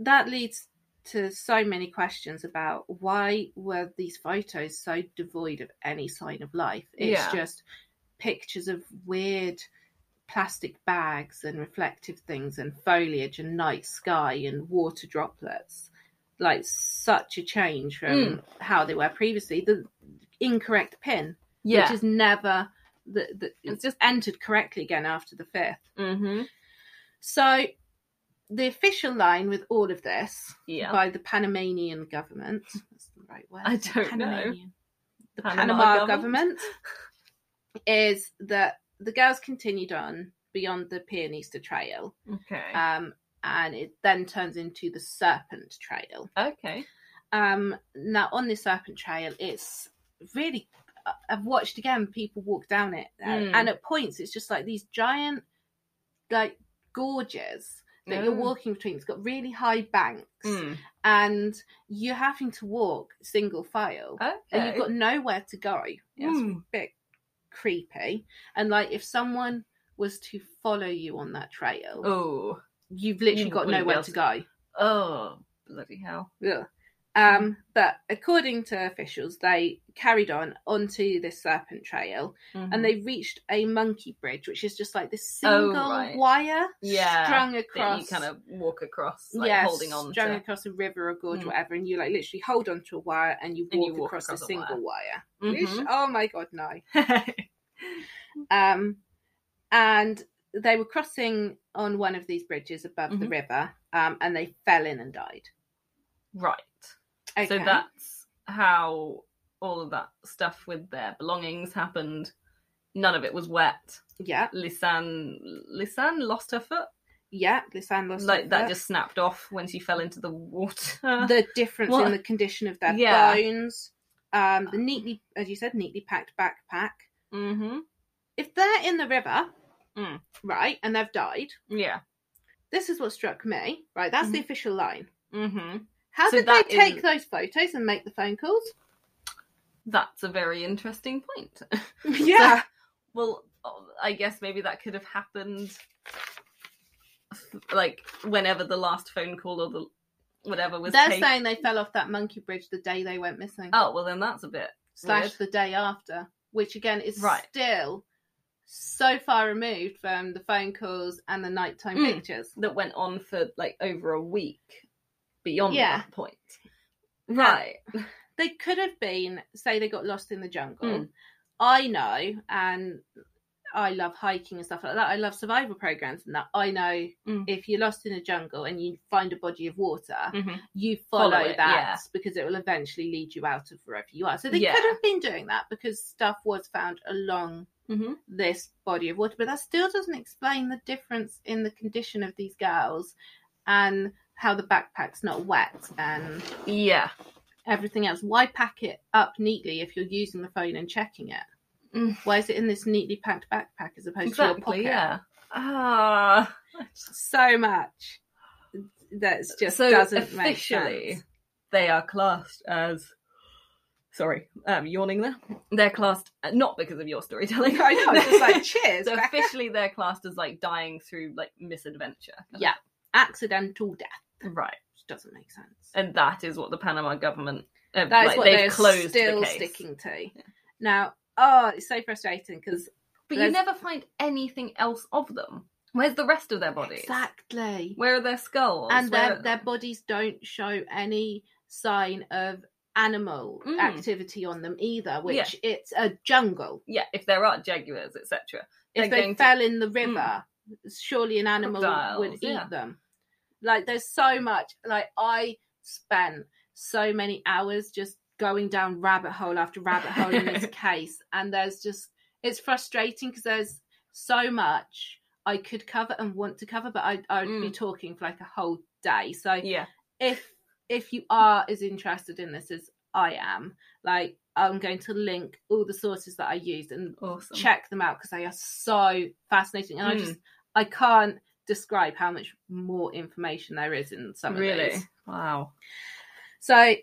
[SPEAKER 1] that leads to so many questions about why were these photos so devoid of any sign of life? It's
[SPEAKER 2] Yeah.
[SPEAKER 1] just pictures of weird plastic bags and reflective things and foliage and night sky and water droplets. Like such a change from
[SPEAKER 2] Hmm.
[SPEAKER 1] how they were previously. The incorrect pin,
[SPEAKER 2] yeah.
[SPEAKER 1] which is never the, the
[SPEAKER 2] It's
[SPEAKER 1] it's just entered correctly again after the fifth.
[SPEAKER 2] mm-hmm.
[SPEAKER 1] So the official line with all of this
[SPEAKER 2] Yeah.
[SPEAKER 1] by the Panamanian
[SPEAKER 2] [LAUGHS]
[SPEAKER 1] government. That's the right word.
[SPEAKER 2] Oh. I don't know.
[SPEAKER 1] The
[SPEAKER 2] Panama
[SPEAKER 1] Panama,
[SPEAKER 2] government?
[SPEAKER 1] government
[SPEAKER 2] [LAUGHS]
[SPEAKER 1] is that the girls continued on beyond the Pianista Trail,
[SPEAKER 2] okay.
[SPEAKER 1] um, and it then turns into the Serpent Trail.
[SPEAKER 2] okay.
[SPEAKER 1] Um, now on this Serpent Trail, it's really I- I've watched again people walk down it, uh,
[SPEAKER 2] Mm.
[SPEAKER 1] and at points it's just like these giant like gorges that
[SPEAKER 2] Oh.
[SPEAKER 1] you're walking between. It's got really high banks
[SPEAKER 2] Mm.
[SPEAKER 1] and you're having to walk single file
[SPEAKER 2] Okay.
[SPEAKER 1] and you've got nowhere to go. It's
[SPEAKER 2] Mm.
[SPEAKER 1] a bit creepy. And like if someone was to follow you on that trail,
[SPEAKER 2] Oh.
[SPEAKER 1] you've literally
[SPEAKER 2] You
[SPEAKER 1] got
[SPEAKER 2] wouldn't be
[SPEAKER 1] nowhere
[SPEAKER 2] able
[SPEAKER 1] to go.
[SPEAKER 2] to- Oh. Bloody hell.
[SPEAKER 1] Ugh. Um, but according to officials, they carried on onto this serpent trail
[SPEAKER 2] Mhm.
[SPEAKER 1] and they reached a monkey bridge, which is just like this single
[SPEAKER 2] Oh, right.
[SPEAKER 1] wire
[SPEAKER 2] Yeah,
[SPEAKER 1] strung
[SPEAKER 2] that
[SPEAKER 1] across
[SPEAKER 2] you kind of walk across, like
[SPEAKER 1] yeah,
[SPEAKER 2] holding on
[SPEAKER 1] strung
[SPEAKER 2] to.
[SPEAKER 1] across a river or gorge,
[SPEAKER 2] Mm.
[SPEAKER 1] or whatever, and you like literally hold onto a wire and you
[SPEAKER 2] And
[SPEAKER 1] walk,
[SPEAKER 2] you walk
[SPEAKER 1] across,
[SPEAKER 2] across
[SPEAKER 1] a
[SPEAKER 2] a
[SPEAKER 1] single wire. Which,
[SPEAKER 2] Mhm.
[SPEAKER 1] oh my god, no. Um, and they were crossing on one of these bridges above the
[SPEAKER 2] Mhm.
[SPEAKER 1] river, um, and they fell in and died.
[SPEAKER 2] [LAUGHS] right.
[SPEAKER 1] Okay.
[SPEAKER 2] So that's how all of that stuff with their belongings happened. None of it was wet.
[SPEAKER 1] yeah,
[SPEAKER 2] Lisan Lisan lost her foot.
[SPEAKER 1] yeah, this analyst
[SPEAKER 2] Like that just snapped off when she fell into the [LAUGHS] water.
[SPEAKER 1] [LAUGHS] the difference
[SPEAKER 2] What?
[SPEAKER 1] in the condition of their
[SPEAKER 2] Yeah.
[SPEAKER 1] bones, um, the neatly, as you said, neatly packed backpack.
[SPEAKER 2] mm-hmm.
[SPEAKER 1] If they're in the river,
[SPEAKER 2] Mm.
[SPEAKER 1] right, and they've died,
[SPEAKER 2] Yeah.
[SPEAKER 1] this is what struck me. Right, that's the official line.
[SPEAKER 2] Mm-hmm.
[SPEAKER 1] How
[SPEAKER 2] So
[SPEAKER 1] did they
[SPEAKER 2] that
[SPEAKER 1] take
[SPEAKER 2] is-
[SPEAKER 1] those photos and make the phone calls?
[SPEAKER 2] [LAUGHS] That's a very interesting point. [LAUGHS]
[SPEAKER 1] yeah,
[SPEAKER 2] well, I guess maybe that could have happened like whenever the last phone call or the whatever was
[SPEAKER 1] they're
[SPEAKER 2] taken.
[SPEAKER 1] saying they fell off that monkey bridge the day they went missing,
[SPEAKER 2] Oh, well, then that's a bit.
[SPEAKER 1] slash
[SPEAKER 2] weird.
[SPEAKER 1] the day after, which again is
[SPEAKER 2] Right.
[SPEAKER 1] still so far removed from the phone calls and the nighttime
[SPEAKER 2] Mm.
[SPEAKER 1] pictures.
[SPEAKER 2] that went on for like over a week beyond
[SPEAKER 1] Yeah.
[SPEAKER 2] that point. Right.
[SPEAKER 1] they could have been say they got lost in the jungle
[SPEAKER 2] Mm.
[SPEAKER 1] i know and i love hiking and stuff like that i love survival programs and that i know
[SPEAKER 2] Mm.
[SPEAKER 1] if you're lost in a jungle and you find a body of water
[SPEAKER 2] Mhm.
[SPEAKER 1] you follow,
[SPEAKER 2] Follow it,
[SPEAKER 1] that
[SPEAKER 2] yeah.
[SPEAKER 1] because it will eventually lead you out of wherever you are so they
[SPEAKER 2] Yeah.
[SPEAKER 1] could have been doing that because stuff was found along
[SPEAKER 2] Mhm.
[SPEAKER 1] this body of water but that still doesn't explain the difference in the condition of these girls and how the backpack's not wet and
[SPEAKER 2] Yeah.
[SPEAKER 1] everything else. Why pack it up neatly if you're using the phone and checking it?
[SPEAKER 2] Mm.
[SPEAKER 1] Why is it in this neatly packed backpack as opposed to your
[SPEAKER 2] Exactly.
[SPEAKER 1] pocket?
[SPEAKER 2] Yeah. Ah. [LAUGHS]
[SPEAKER 1] So much that just
[SPEAKER 2] so
[SPEAKER 1] doesn't
[SPEAKER 2] officially,
[SPEAKER 1] make sense. [LAUGHS]
[SPEAKER 2] they are classed as. Sorry, um, yawning there. They're classed uh, not because of your storytelling.
[SPEAKER 1] [LAUGHS] I know, it's just like
[SPEAKER 2] [LAUGHS]
[SPEAKER 1] cheers.
[SPEAKER 2] so
[SPEAKER 1] Becca.
[SPEAKER 2] officially, they're classed as like dying through like misadventure.
[SPEAKER 1] Yeah. Accidental death
[SPEAKER 2] Right.
[SPEAKER 1] which doesn't make sense.
[SPEAKER 2] And that is what the Panama government. Uh,
[SPEAKER 1] That is
[SPEAKER 2] like,
[SPEAKER 1] what
[SPEAKER 2] they've
[SPEAKER 1] they're
[SPEAKER 2] closed
[SPEAKER 1] still
[SPEAKER 2] the case.
[SPEAKER 1] sticking to. Now, oh, it's so frustrating because
[SPEAKER 2] But you
[SPEAKER 1] There's-
[SPEAKER 2] never find anything else of them. Where's the rest of their bodies?
[SPEAKER 1] exactly,
[SPEAKER 2] Where are their skulls?
[SPEAKER 1] and
[SPEAKER 2] Where
[SPEAKER 1] their
[SPEAKER 2] are-
[SPEAKER 1] their bodies don't show any sign of animal
[SPEAKER 2] Mm.
[SPEAKER 1] activity on them either. Which it's a jungle.
[SPEAKER 2] yeah, if there are jaguars, etc.
[SPEAKER 1] if
[SPEAKER 2] They're
[SPEAKER 1] they
[SPEAKER 2] going to-
[SPEAKER 1] fell in the river, surely an animal would
[SPEAKER 2] Crocodiles,
[SPEAKER 1] eat
[SPEAKER 2] yeah.
[SPEAKER 1] them. Like there's so much. Like I spent so many hours just going down rabbit hole after rabbit hole in
[SPEAKER 2] [LAUGHS]
[SPEAKER 1] this case, and there's just it's frustrating because there's so much I could cover and want to cover, but I I would
[SPEAKER 2] Mm.
[SPEAKER 1] be talking for like a whole day. So
[SPEAKER 2] Yeah,
[SPEAKER 1] if if you are as interested in this as I am, like I'm going to link all the sources that I used and
[SPEAKER 2] awesome.
[SPEAKER 1] check them out because they are so fascinating and i
[SPEAKER 2] Mm.
[SPEAKER 1] just i can't describe how much more information there is in some of
[SPEAKER 2] really?
[SPEAKER 1] these
[SPEAKER 2] Wow.
[SPEAKER 1] so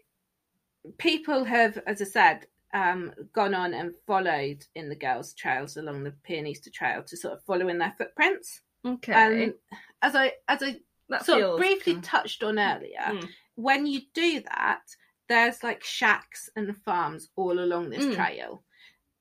[SPEAKER 1] people have as i said um, gone on and followed in the girls trails along the Pianista trail to sort of follow in their footprints
[SPEAKER 2] Okay.
[SPEAKER 1] and as i as i
[SPEAKER 2] that
[SPEAKER 1] sort
[SPEAKER 2] feels
[SPEAKER 1] of briefly touched on earlier
[SPEAKER 2] Mm.
[SPEAKER 1] when you do that there's like shacks and farms all along this
[SPEAKER 2] Mm.
[SPEAKER 1] trail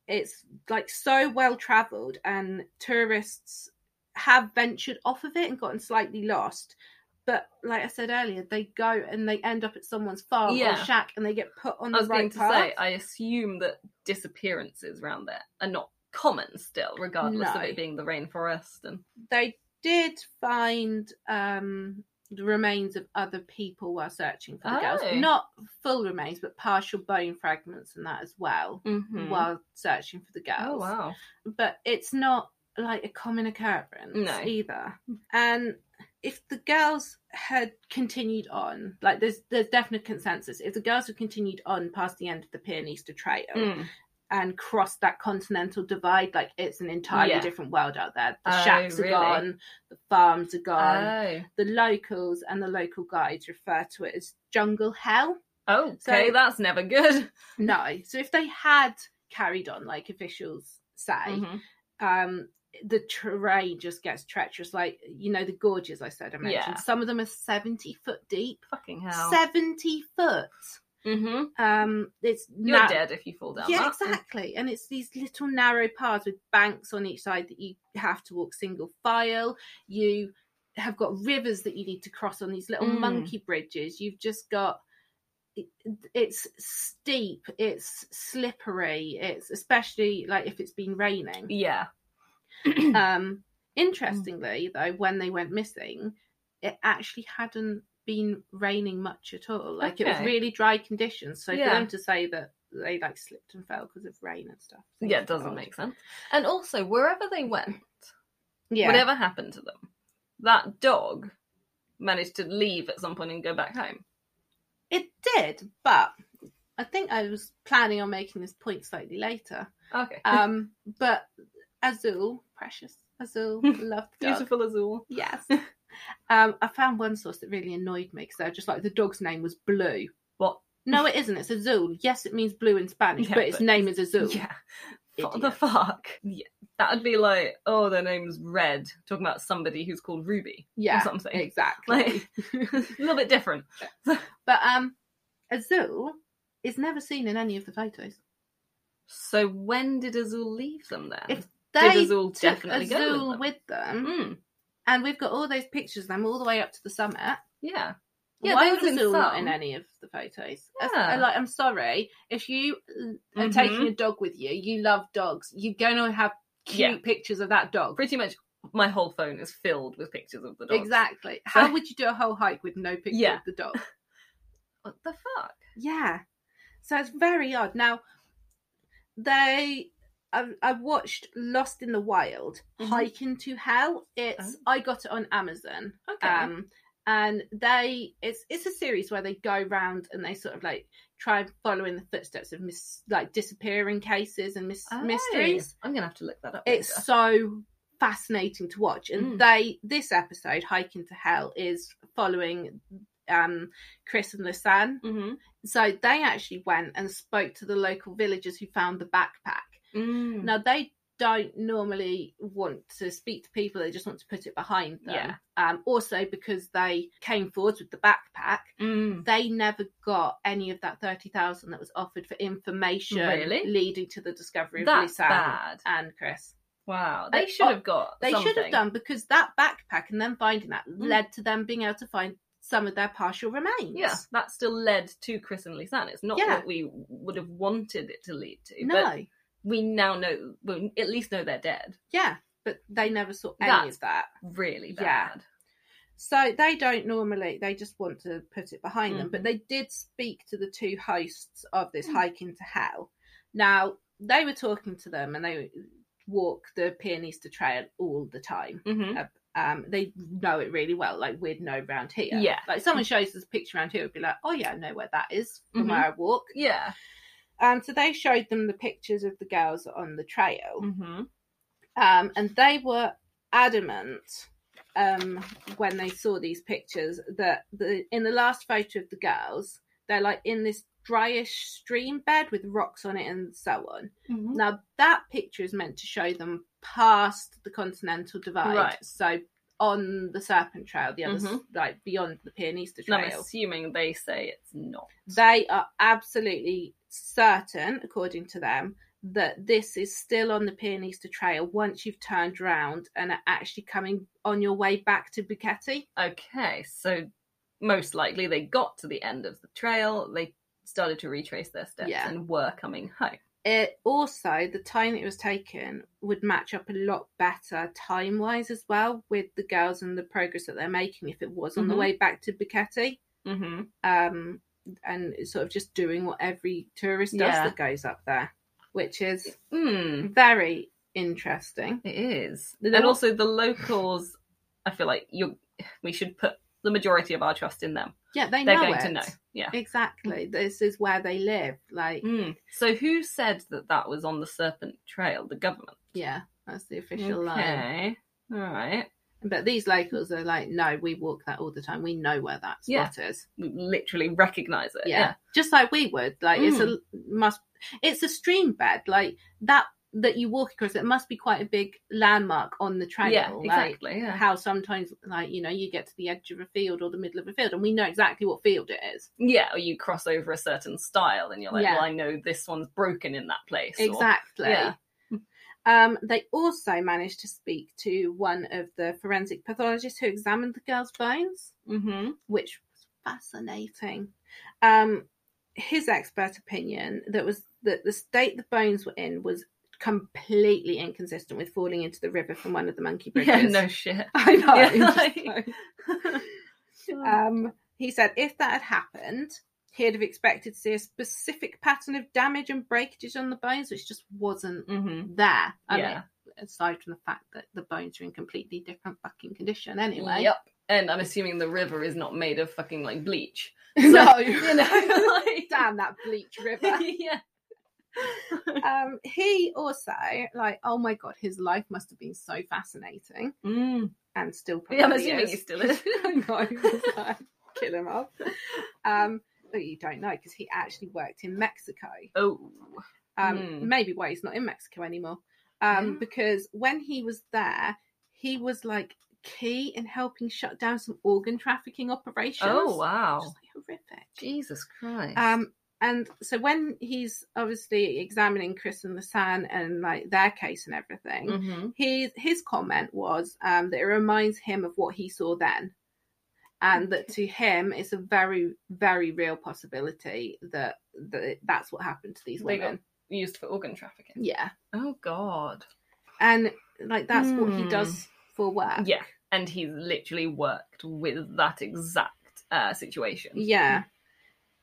[SPEAKER 1] it's like so well traveled and tourists have ventured off of it and gotten slightly lost but like i said earlier they go and they end up at someone's farm
[SPEAKER 2] Yeah.
[SPEAKER 1] or shack and they get put on
[SPEAKER 2] I
[SPEAKER 1] the
[SPEAKER 2] was going
[SPEAKER 1] right
[SPEAKER 2] to
[SPEAKER 1] path
[SPEAKER 2] say, I assume that disappearances around there are not common still, regardless
[SPEAKER 1] No.
[SPEAKER 2] of it being the rainforest. And
[SPEAKER 1] they did find um the remains of other people while searching for the girls
[SPEAKER 2] Oh.
[SPEAKER 1] not full remains but partial bone fragments and that as well while searching for the girls.
[SPEAKER 2] Mm-hmm. oh wow.
[SPEAKER 1] But it's not like a common occurrence
[SPEAKER 2] No. Hmm.
[SPEAKER 1] either. And if the girls had continued on, like there's there's definite consensus. If the girls had continued on past the end of the Pianista Trail
[SPEAKER 2] Mm.
[SPEAKER 1] and crossed that continental divide, like it's an entirely
[SPEAKER 2] Yeah.
[SPEAKER 1] different world out there. The
[SPEAKER 2] Oh,
[SPEAKER 1] shacks
[SPEAKER 2] really?
[SPEAKER 1] are gone, the farms are gone.
[SPEAKER 2] Oh.
[SPEAKER 1] the locals and the local guides refer to it as jungle hell.
[SPEAKER 2] Oh, okay,
[SPEAKER 1] So-
[SPEAKER 2] that's never good.
[SPEAKER 1] No. So if they had carried on, like officials say,
[SPEAKER 2] Mhm.
[SPEAKER 1] um, the terrain just gets treacherous. Like, you know, the gorges I said I mentioned.
[SPEAKER 2] Yeah.
[SPEAKER 1] Some of them are 70 foot deep.
[SPEAKER 2] Fucking hell.
[SPEAKER 1] 70 foot.
[SPEAKER 2] mm-hmm.
[SPEAKER 1] Um, it's
[SPEAKER 2] You're
[SPEAKER 1] na-
[SPEAKER 2] dead if you fall down.
[SPEAKER 1] Yeah,
[SPEAKER 2] that.
[SPEAKER 1] exactly. And it's these little narrow paths with banks on each side that you have to walk single file. You have got rivers that you need to cross on these little
[SPEAKER 2] Mm.
[SPEAKER 1] monkey bridges. You've just got it- it's steep, it's slippery, it's especially like if it's been raining.
[SPEAKER 2] Yeah.
[SPEAKER 1] [CLEARS THROAT]
[SPEAKER 2] Hmm.
[SPEAKER 1] Um, interestingly, though, when they went missing, it actually hadn't been raining much at all. Like it was
[SPEAKER 2] Okay.
[SPEAKER 1] really dry conditions. So for
[SPEAKER 2] Yeah.
[SPEAKER 1] them to say that they like slipped and fell because of rain and stuff. seems
[SPEAKER 2] yeah, it doesn't
[SPEAKER 1] odd.
[SPEAKER 2] make sense. And also, wherever they went,
[SPEAKER 1] yeah.
[SPEAKER 2] whatever happened to them, that dog managed to leave at some point and go back home.
[SPEAKER 1] It did, but I think I was planning on making this point slightly
[SPEAKER 2] [LAUGHS]
[SPEAKER 1] later.
[SPEAKER 2] Okay.
[SPEAKER 1] Um, but Azul, precious
[SPEAKER 2] [LAUGHS]
[SPEAKER 1] Azul, loved dog.
[SPEAKER 2] Beautiful Azul.
[SPEAKER 1] Yes. Um, I found one source that really annoyed me because I just like the dog's name was Blue.
[SPEAKER 2] [LAUGHS] What?
[SPEAKER 1] No, it isn't. It's Azul. Yes, it means blue in Spanish,
[SPEAKER 2] Yeah,
[SPEAKER 1] but its
[SPEAKER 2] but-
[SPEAKER 1] name is Azul.
[SPEAKER 2] Yeah. What the
[SPEAKER 1] Idiot.
[SPEAKER 2] fuck? Yeah. That'd be like, oh, their name's Red, talking about somebody who's called Ruby
[SPEAKER 1] Yeah,
[SPEAKER 2] or something.
[SPEAKER 1] exactly.
[SPEAKER 2] Like, [LAUGHS] a little bit different.
[SPEAKER 1] [LAUGHS] But um, Azul is never seen in any of the photos.
[SPEAKER 2] So when did Azul leave them then?
[SPEAKER 1] If
[SPEAKER 2] did
[SPEAKER 1] They
[SPEAKER 2] Azul
[SPEAKER 1] took
[SPEAKER 2] definitely go
[SPEAKER 1] Azul
[SPEAKER 2] with them?
[SPEAKER 1] with them,
[SPEAKER 2] Mm,
[SPEAKER 1] and we've got all those pictures of them all the way up to the summit.
[SPEAKER 2] yeah. Yeah,
[SPEAKER 1] Why
[SPEAKER 2] they
[SPEAKER 1] was
[SPEAKER 2] would've been
[SPEAKER 1] Azul not in
[SPEAKER 2] some.
[SPEAKER 1] any of the photos? As-
[SPEAKER 2] Yeah.
[SPEAKER 1] I like, I'm sorry. If you uh, are
[SPEAKER 2] Mhm.
[SPEAKER 1] taking a dog with you, you love dogs. You're going to have cute
[SPEAKER 2] Yeah.
[SPEAKER 1] pictures of that dog.
[SPEAKER 2] Pretty much my whole phone is filled with pictures of the dog.
[SPEAKER 1] Exactly. How would you do a whole hike with no picture
[SPEAKER 2] Yeah.
[SPEAKER 1] of the dog?
[SPEAKER 2] What the fuck?
[SPEAKER 1] Yeah. So it's very odd. Now, they. I, I watched Lost in the Wild,
[SPEAKER 2] Mhm.
[SPEAKER 1] Hike into Hell. It's
[SPEAKER 2] Oh.
[SPEAKER 1] I got it on Amazon.
[SPEAKER 2] Okay.
[SPEAKER 1] Um, and they it's it's a series where they go round and they sort of like try and follow in the footsteps of mis- like disappearing cases and mis-
[SPEAKER 2] Oh,
[SPEAKER 1] mysteries.
[SPEAKER 2] I'm gonna have to look that up.
[SPEAKER 1] It's
[SPEAKER 2] later.
[SPEAKER 1] so fascinating to watch. And
[SPEAKER 2] Mm.
[SPEAKER 1] they this episode, Hike into Hell, is following um Chris and Lisanne.
[SPEAKER 2] Mhm.
[SPEAKER 1] So they actually went and spoke to the local villagers who found the backpack.
[SPEAKER 2] Mm.
[SPEAKER 1] Now they don't normally want to speak to people; they just want to put it behind them.
[SPEAKER 2] Yeah.
[SPEAKER 1] Um, also, because they came forwards with the backpack,
[SPEAKER 2] Mm.
[SPEAKER 1] they never got any of that thirty thousand that was offered for information
[SPEAKER 2] Really?
[SPEAKER 1] leading to the discovery of
[SPEAKER 2] That's
[SPEAKER 1] Lisanne
[SPEAKER 2] bad.
[SPEAKER 1] and Chris.
[SPEAKER 2] Wow.
[SPEAKER 1] They-
[SPEAKER 2] They should have got.
[SPEAKER 1] They should have
[SPEAKER 2] something.
[SPEAKER 1] done because that backpack and them finding that
[SPEAKER 2] Mm.
[SPEAKER 1] led to them being able to find some of their partial remains.
[SPEAKER 2] Yeah, that still led to Chris and Lisanne. It's not
[SPEAKER 1] Yeah.
[SPEAKER 2] what we would have wanted it to lead to.
[SPEAKER 1] No.
[SPEAKER 2] But we now know, we at least know they're dead.
[SPEAKER 1] yeah. But they never saw any
[SPEAKER 2] That's
[SPEAKER 1] of that.
[SPEAKER 2] Really
[SPEAKER 1] Yeah.
[SPEAKER 2] bad.
[SPEAKER 1] So they don't normally, they just want to put it behind them. But
[SPEAKER 2] Mhm.
[SPEAKER 1] they did speak to the two hosts of this
[SPEAKER 2] Mm.
[SPEAKER 1] hike into hell. Now, they were talking to them and they walk the Pianista Trail all the time.
[SPEAKER 2] Mm-hmm.
[SPEAKER 1] Um, they know it really well, like we'd know round here.
[SPEAKER 2] Yeah.
[SPEAKER 1] Like someone shows us a picture around here, would be like, oh yeah, I know where that is from
[SPEAKER 2] Mhm.
[SPEAKER 1] where I walk.
[SPEAKER 2] Yeah.
[SPEAKER 1] Um, so they showed them the pictures of the girls on the trail
[SPEAKER 2] Mm-hmm.
[SPEAKER 1] um, and they were adamant um, when they saw these pictures that the in the last photo of the girls, they're like in this dryish stream bed with rocks on it and so on. Now that picture is meant to show them past the continental divide,
[SPEAKER 2] Right.
[SPEAKER 1] so on the Serpent Trail, the other s-
[SPEAKER 2] Mhm.
[SPEAKER 1] like beyond the Pianista
[SPEAKER 2] And I'm
[SPEAKER 1] Trail.
[SPEAKER 2] assuming they say it's not.
[SPEAKER 1] They are absolutely certain, according to them, that this is still on the Pianista Trail once you've turned round and are actually coming on your way back to Buketti.
[SPEAKER 2] Okay, so most likely they got to the end of the trail, they started to retrace their steps
[SPEAKER 1] Yeah.
[SPEAKER 2] and were coming home.
[SPEAKER 1] It also, the time that it was taken would match up a lot better time wise as well with the girls and the progress that they're making if it was on the
[SPEAKER 2] Mhm.
[SPEAKER 1] way back to Buketti.
[SPEAKER 2] Mm-hmm.
[SPEAKER 1] Um, and sort of just doing what every tourist does
[SPEAKER 2] Yeah.
[SPEAKER 1] that goes up there, which is
[SPEAKER 2] Mm,
[SPEAKER 1] very interesting.
[SPEAKER 2] it is.
[SPEAKER 1] Then
[SPEAKER 2] and
[SPEAKER 1] what-
[SPEAKER 2] also the locals, I feel like you we should put the majority of our trust in them.
[SPEAKER 1] Yeah, they
[SPEAKER 2] They're
[SPEAKER 1] know
[SPEAKER 2] going
[SPEAKER 1] it.
[SPEAKER 2] to know. Yeah.
[SPEAKER 1] Exactly. This is where they live. Like,
[SPEAKER 2] Mm. So who said that that was on the Serpent Trail? The government.
[SPEAKER 1] yeah, that's the official line.
[SPEAKER 2] Okay. All right.
[SPEAKER 1] But these locals are like, no, we walk that all the time. We know where that spot is.
[SPEAKER 2] We literally recognize it.
[SPEAKER 1] Yeah. just like we would. Like, it's a
[SPEAKER 2] Mm.
[SPEAKER 1] must. It's a stream bed. Like that that you walk across. It must be quite a big landmark on the
[SPEAKER 2] Yeah,
[SPEAKER 1] trail.
[SPEAKER 2] Yeah,
[SPEAKER 1] Like
[SPEAKER 2] exactly. Yeah.
[SPEAKER 1] how sometimes, like you know, you get to the edge of a field or the middle of a field, and we know exactly what field it is.
[SPEAKER 2] yeah, or you cross over a certain style and you're like,
[SPEAKER 1] Yeah.
[SPEAKER 2] well, I know this one's broken in that place. or-
[SPEAKER 1] Exactly.
[SPEAKER 2] Yeah.
[SPEAKER 1] Um, they also managed to speak to one of the forensic pathologists who examined the girl's bones,
[SPEAKER 2] Mm-hmm.
[SPEAKER 1] which was fascinating. Um, his expert opinion that was that the state the bones were in was completely inconsistent with falling into the river from one of the monkey bridges.
[SPEAKER 2] [LAUGHS] [LAUGHS] Yeah, no shit.
[SPEAKER 1] [LAUGHS] I know.
[SPEAKER 2] [LAUGHS] Yeah,
[SPEAKER 1] Just
[SPEAKER 2] like- [LAUGHS]
[SPEAKER 1] like- um, he said if that had happened, he'd have expected to see a specific pattern of damage and breakages on the bones, which just wasn't
[SPEAKER 2] mm-hmm.
[SPEAKER 1] there. I mean,
[SPEAKER 2] yeah.
[SPEAKER 1] aside from the fact that the bones are in completely different fucking condition anyway. [LAUGHS]
[SPEAKER 2] Yep. And I'm assuming the river is not made of fucking like bleach.
[SPEAKER 1] [LAUGHS] no,
[SPEAKER 2] [LAUGHS] You know, [LAUGHS] like
[SPEAKER 1] [LAUGHS] down that bleach river.
[SPEAKER 2] [LAUGHS] yeah.
[SPEAKER 1] [LAUGHS] um, he also like, oh my god, his life must have been so fascinating,
[SPEAKER 2] Mm.
[SPEAKER 1] and still probably
[SPEAKER 2] Yeah, I'm assuming
[SPEAKER 1] is.
[SPEAKER 2] he
[SPEAKER 1] [LAUGHS]
[SPEAKER 2] still is.
[SPEAKER 1] no, it's [LAUGHS] like, kill him off. Um, but you don't know because he actually worked in Mexico.
[SPEAKER 2] [LAUGHS] oh.
[SPEAKER 1] Um,
[SPEAKER 2] Hmm.
[SPEAKER 1] Maybe why he's not in Mexico anymore. Um,
[SPEAKER 2] Yeah.
[SPEAKER 1] Because when he was there, he was like key in helping shut down some organ trafficking operations.
[SPEAKER 2] Oh
[SPEAKER 1] Which
[SPEAKER 2] wow.
[SPEAKER 1] is, like, horrific.
[SPEAKER 2] Jesus Christ.
[SPEAKER 1] Um, and so when he's obviously examining Chris and the San and like their case and everything,
[SPEAKER 2] Mhm.
[SPEAKER 1] his his comment was um, that it reminds him of what he saw then, and that to him it's a very very real possibility that that that's what happened to these
[SPEAKER 2] They
[SPEAKER 1] women.
[SPEAKER 2] Used for organ trafficking.
[SPEAKER 1] Yeah,
[SPEAKER 2] Oh god.
[SPEAKER 1] and like that's what he
[SPEAKER 2] Hmm.
[SPEAKER 1] does for work.
[SPEAKER 2] Yeah, and he's literally worked with that exact uh, situation.
[SPEAKER 1] yeah.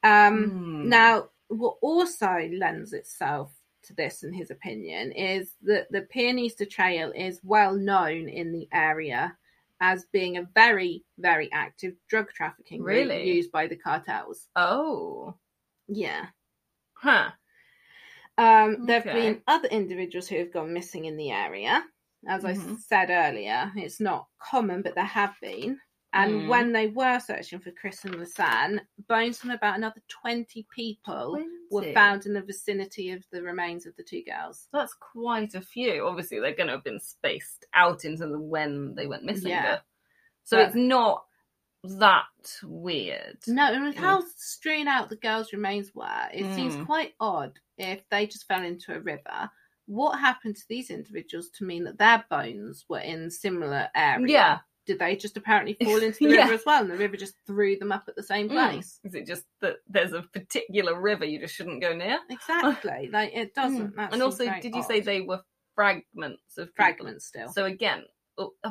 [SPEAKER 1] Um,
[SPEAKER 2] Mm.
[SPEAKER 1] Now, what also lends itself to this, in his opinion, is that the Pianista Trail is well known in the area as being a very, very active drug trafficking route
[SPEAKER 2] Really?
[SPEAKER 1] used by the cartels.
[SPEAKER 2] oh,
[SPEAKER 1] Yeah.
[SPEAKER 2] huh.
[SPEAKER 1] Um, there have
[SPEAKER 2] Okay.
[SPEAKER 1] been other individuals who have gone missing in the area. As I
[SPEAKER 2] Mhm.
[SPEAKER 1] said earlier, it's not common, but there have been. And
[SPEAKER 2] Mhm.
[SPEAKER 1] when they were searching for Chris and Lasan, bones from about another 20 people were
[SPEAKER 2] Twenty.
[SPEAKER 1] found in the vicinity of the remains of the two girls.
[SPEAKER 2] That's quite a few. Obviously, they're going to have been spaced out in terms of when they went missing.
[SPEAKER 1] Yeah.
[SPEAKER 2] but- So
[SPEAKER 1] But-
[SPEAKER 2] it's not that weird.
[SPEAKER 1] No, and with
[SPEAKER 2] Mm.
[SPEAKER 1] how strewn out the girls' remains were, it seems
[SPEAKER 2] Mm.
[SPEAKER 1] quite odd if they just fell into a river. What happened to these individuals to mean that their bones were in similar area?
[SPEAKER 2] Yeah.
[SPEAKER 1] Did they just
[SPEAKER 2] [LAUGHS]
[SPEAKER 1] apparently fall into the
[SPEAKER 2] Yeah.
[SPEAKER 1] river as well, and the river just threw them up at the same
[SPEAKER 2] Mm.
[SPEAKER 1] place?
[SPEAKER 2] Is it just that there's a particular river you just shouldn't go near?
[SPEAKER 1] Exactly. like it doesn't.
[SPEAKER 2] Uh, Mm.
[SPEAKER 1] that
[SPEAKER 2] And
[SPEAKER 1] seems
[SPEAKER 2] also,
[SPEAKER 1] very
[SPEAKER 2] did you say
[SPEAKER 1] odd.
[SPEAKER 2] they were fragments of people?
[SPEAKER 1] fragments still?
[SPEAKER 2] So again,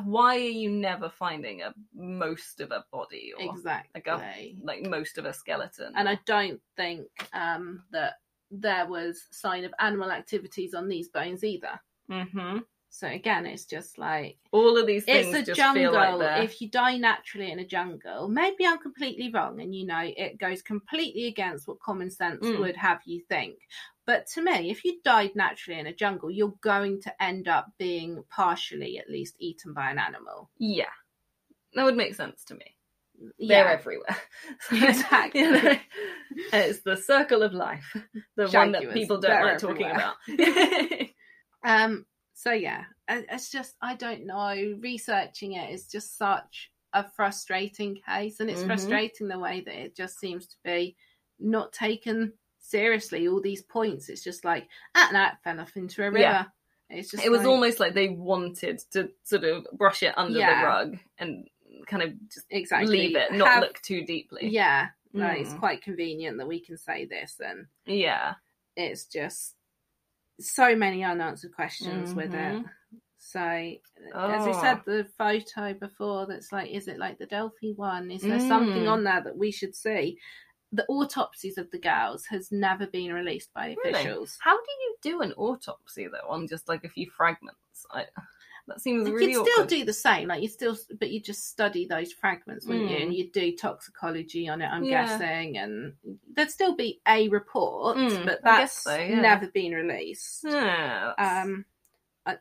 [SPEAKER 2] why are you never finding a most of a body or
[SPEAKER 1] exactly.
[SPEAKER 2] like most of a skeleton?
[SPEAKER 1] and I don't think um, that there was sign of animal activities on these bones either.
[SPEAKER 2] hmm
[SPEAKER 1] So again, it's just like
[SPEAKER 2] all of these things
[SPEAKER 1] it's a
[SPEAKER 2] just
[SPEAKER 1] jungle.
[SPEAKER 2] feel like they're
[SPEAKER 1] if you die naturally in a jungle, maybe I'm completely wrong, and you know it goes completely against what common sense
[SPEAKER 2] Mm.
[SPEAKER 1] would have you think. But to me, if you died naturally in a jungle, you're going to end up being partially, at least, eaten by an animal.
[SPEAKER 2] yeah, that would make sense to me. They're
[SPEAKER 1] Yeah,
[SPEAKER 2] everywhere, [LAUGHS]
[SPEAKER 1] Exactly.
[SPEAKER 2] You know, it's the circle of life, the one that
[SPEAKER 1] Jaguars,
[SPEAKER 2] people don't
[SPEAKER 1] they're
[SPEAKER 2] like talking
[SPEAKER 1] everywhere.
[SPEAKER 2] about.
[SPEAKER 1] [LAUGHS]
[SPEAKER 2] [LAUGHS]
[SPEAKER 1] Um, so yeah, I- it's just I don't know. Researching it is just such a frustrating case, and it's
[SPEAKER 2] Mhm.
[SPEAKER 1] frustrating the way that it just seems to be not taken seriously. All these points, it's just like at night fell off into a river.
[SPEAKER 2] Yeah.
[SPEAKER 1] It's just
[SPEAKER 2] it was
[SPEAKER 1] like,
[SPEAKER 2] almost like they wanted to sort of brush it under
[SPEAKER 1] Yeah.
[SPEAKER 2] the rug and kind of just
[SPEAKER 1] exactly
[SPEAKER 2] leave it, not
[SPEAKER 1] Have-
[SPEAKER 2] look too deeply.
[SPEAKER 1] Yeah, like, it's
[SPEAKER 2] Mm.
[SPEAKER 1] quite convenient that we can say this, and
[SPEAKER 2] yeah.
[SPEAKER 1] it's just so many unanswered questions with it.
[SPEAKER 2] Mhm.
[SPEAKER 1] So, as I
[SPEAKER 2] Oh.
[SPEAKER 1] said, the photo before that's like, is it like the Delphi one? Is there something
[SPEAKER 2] Mm.
[SPEAKER 1] on there that we should see? The autopsies of the girls has never been released by
[SPEAKER 2] Really?
[SPEAKER 1] officials.
[SPEAKER 2] How do you do an autopsy though on just like a few fragments? I, that seems
[SPEAKER 1] Like,
[SPEAKER 2] really
[SPEAKER 1] you'd still
[SPEAKER 2] awkward.
[SPEAKER 1] do the same, like you still, but you just study those fragments, wouldn't you?
[SPEAKER 2] Mm.
[SPEAKER 1] And you do toxicology on it, I'm
[SPEAKER 2] Yeah.
[SPEAKER 1] guessing, and there'd still be a report,
[SPEAKER 2] Mm,
[SPEAKER 1] but
[SPEAKER 2] I
[SPEAKER 1] that's
[SPEAKER 2] guess so, yeah. Hmm.
[SPEAKER 1] never been released.
[SPEAKER 2] Yeah, that's-
[SPEAKER 1] um I,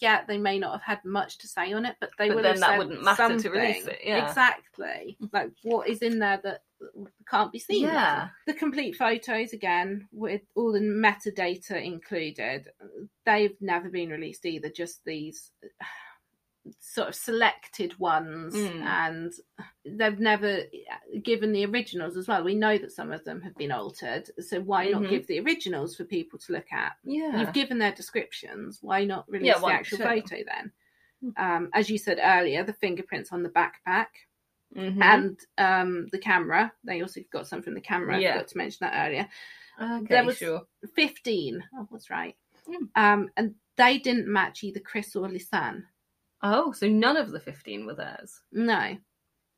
[SPEAKER 1] yeah they may not have had much to say on it but they
[SPEAKER 2] But
[SPEAKER 1] would
[SPEAKER 2] then
[SPEAKER 1] have
[SPEAKER 2] that
[SPEAKER 1] said
[SPEAKER 2] wouldn't matter to release
[SPEAKER 1] something.
[SPEAKER 2] it, yeah.
[SPEAKER 1] exactly like what is in there that can't be seen
[SPEAKER 2] yeah.
[SPEAKER 1] the complete photos again with all the metadata included they've never been released either just these sort of selected ones
[SPEAKER 2] Mm.
[SPEAKER 1] and they've never uh, given the originals as well we know that some of them have been altered so why
[SPEAKER 2] Mhm.
[SPEAKER 1] not give the originals for people to look at
[SPEAKER 2] Yeah.
[SPEAKER 1] You've given their descriptions. Why not release the
[SPEAKER 2] why not
[SPEAKER 1] actual
[SPEAKER 2] show them?
[SPEAKER 1] photo then?
[SPEAKER 2] Hmm.
[SPEAKER 1] Um, as you said earlier, the fingerprints on the backpack
[SPEAKER 2] Mhm.
[SPEAKER 1] and um, the camera. They also got some from the camera. I
[SPEAKER 2] Yeah.
[SPEAKER 1] forgot to mention that earlier.
[SPEAKER 2] okay,
[SPEAKER 1] there was-
[SPEAKER 2] sure.
[SPEAKER 1] 15. Oh, that's right.
[SPEAKER 2] Mm.
[SPEAKER 1] Um, and they didn't match either Chris or Lisan.
[SPEAKER 2] Oh, so none of the fifteen were theirs.
[SPEAKER 1] No.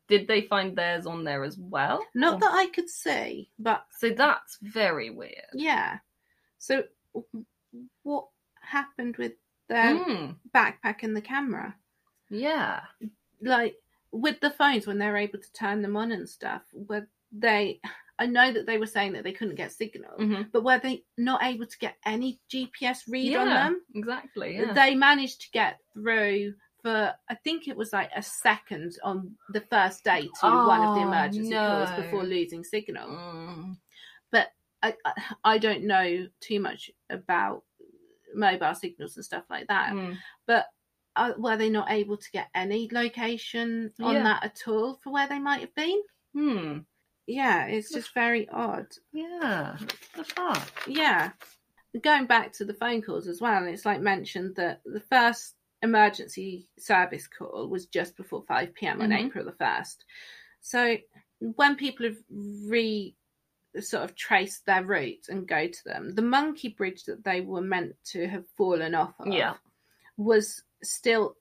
[SPEAKER 2] Did they find theirs on there as well?
[SPEAKER 1] Not
[SPEAKER 2] Or-
[SPEAKER 1] that I could see, but
[SPEAKER 2] So that's very weird.
[SPEAKER 1] yeah. So, what happened with their
[SPEAKER 2] Mm.
[SPEAKER 1] backpack and the camera.
[SPEAKER 2] Yeah.
[SPEAKER 1] Like with the phones when they're able to turn them on and stuff, were they I know that they were saying that they couldn't get signal,
[SPEAKER 2] Mhm.
[SPEAKER 1] but were they not able to get any GPS read on
[SPEAKER 2] Yeah.
[SPEAKER 1] them?
[SPEAKER 2] Exactly. Yeah.
[SPEAKER 1] They managed to get through for I think it was like a second on the first day to one of the
[SPEAKER 2] Oh,
[SPEAKER 1] emergency calls
[SPEAKER 2] no.
[SPEAKER 1] before losing signal.
[SPEAKER 2] Mm.
[SPEAKER 1] I, I- I don't know too much about mobile signals and stuff like that,
[SPEAKER 2] Mm.
[SPEAKER 1] but uh, were they not able to get any location on
[SPEAKER 2] Yeah.
[SPEAKER 1] that at all for where they might have been?
[SPEAKER 2] Hmm.
[SPEAKER 1] Yeah, it's just very odd.
[SPEAKER 2] Yeah. The fuck.
[SPEAKER 1] Yeah. Going back to the phone calls as well, it's like mentioned that the first emergency service call was just before 5 pm on
[SPEAKER 2] Mhm.
[SPEAKER 1] April the 1st. So when people have re sort of traced their route and go to them, the monkey bridge that they were meant to have fallen off of
[SPEAKER 2] Yeah.
[SPEAKER 1] was still,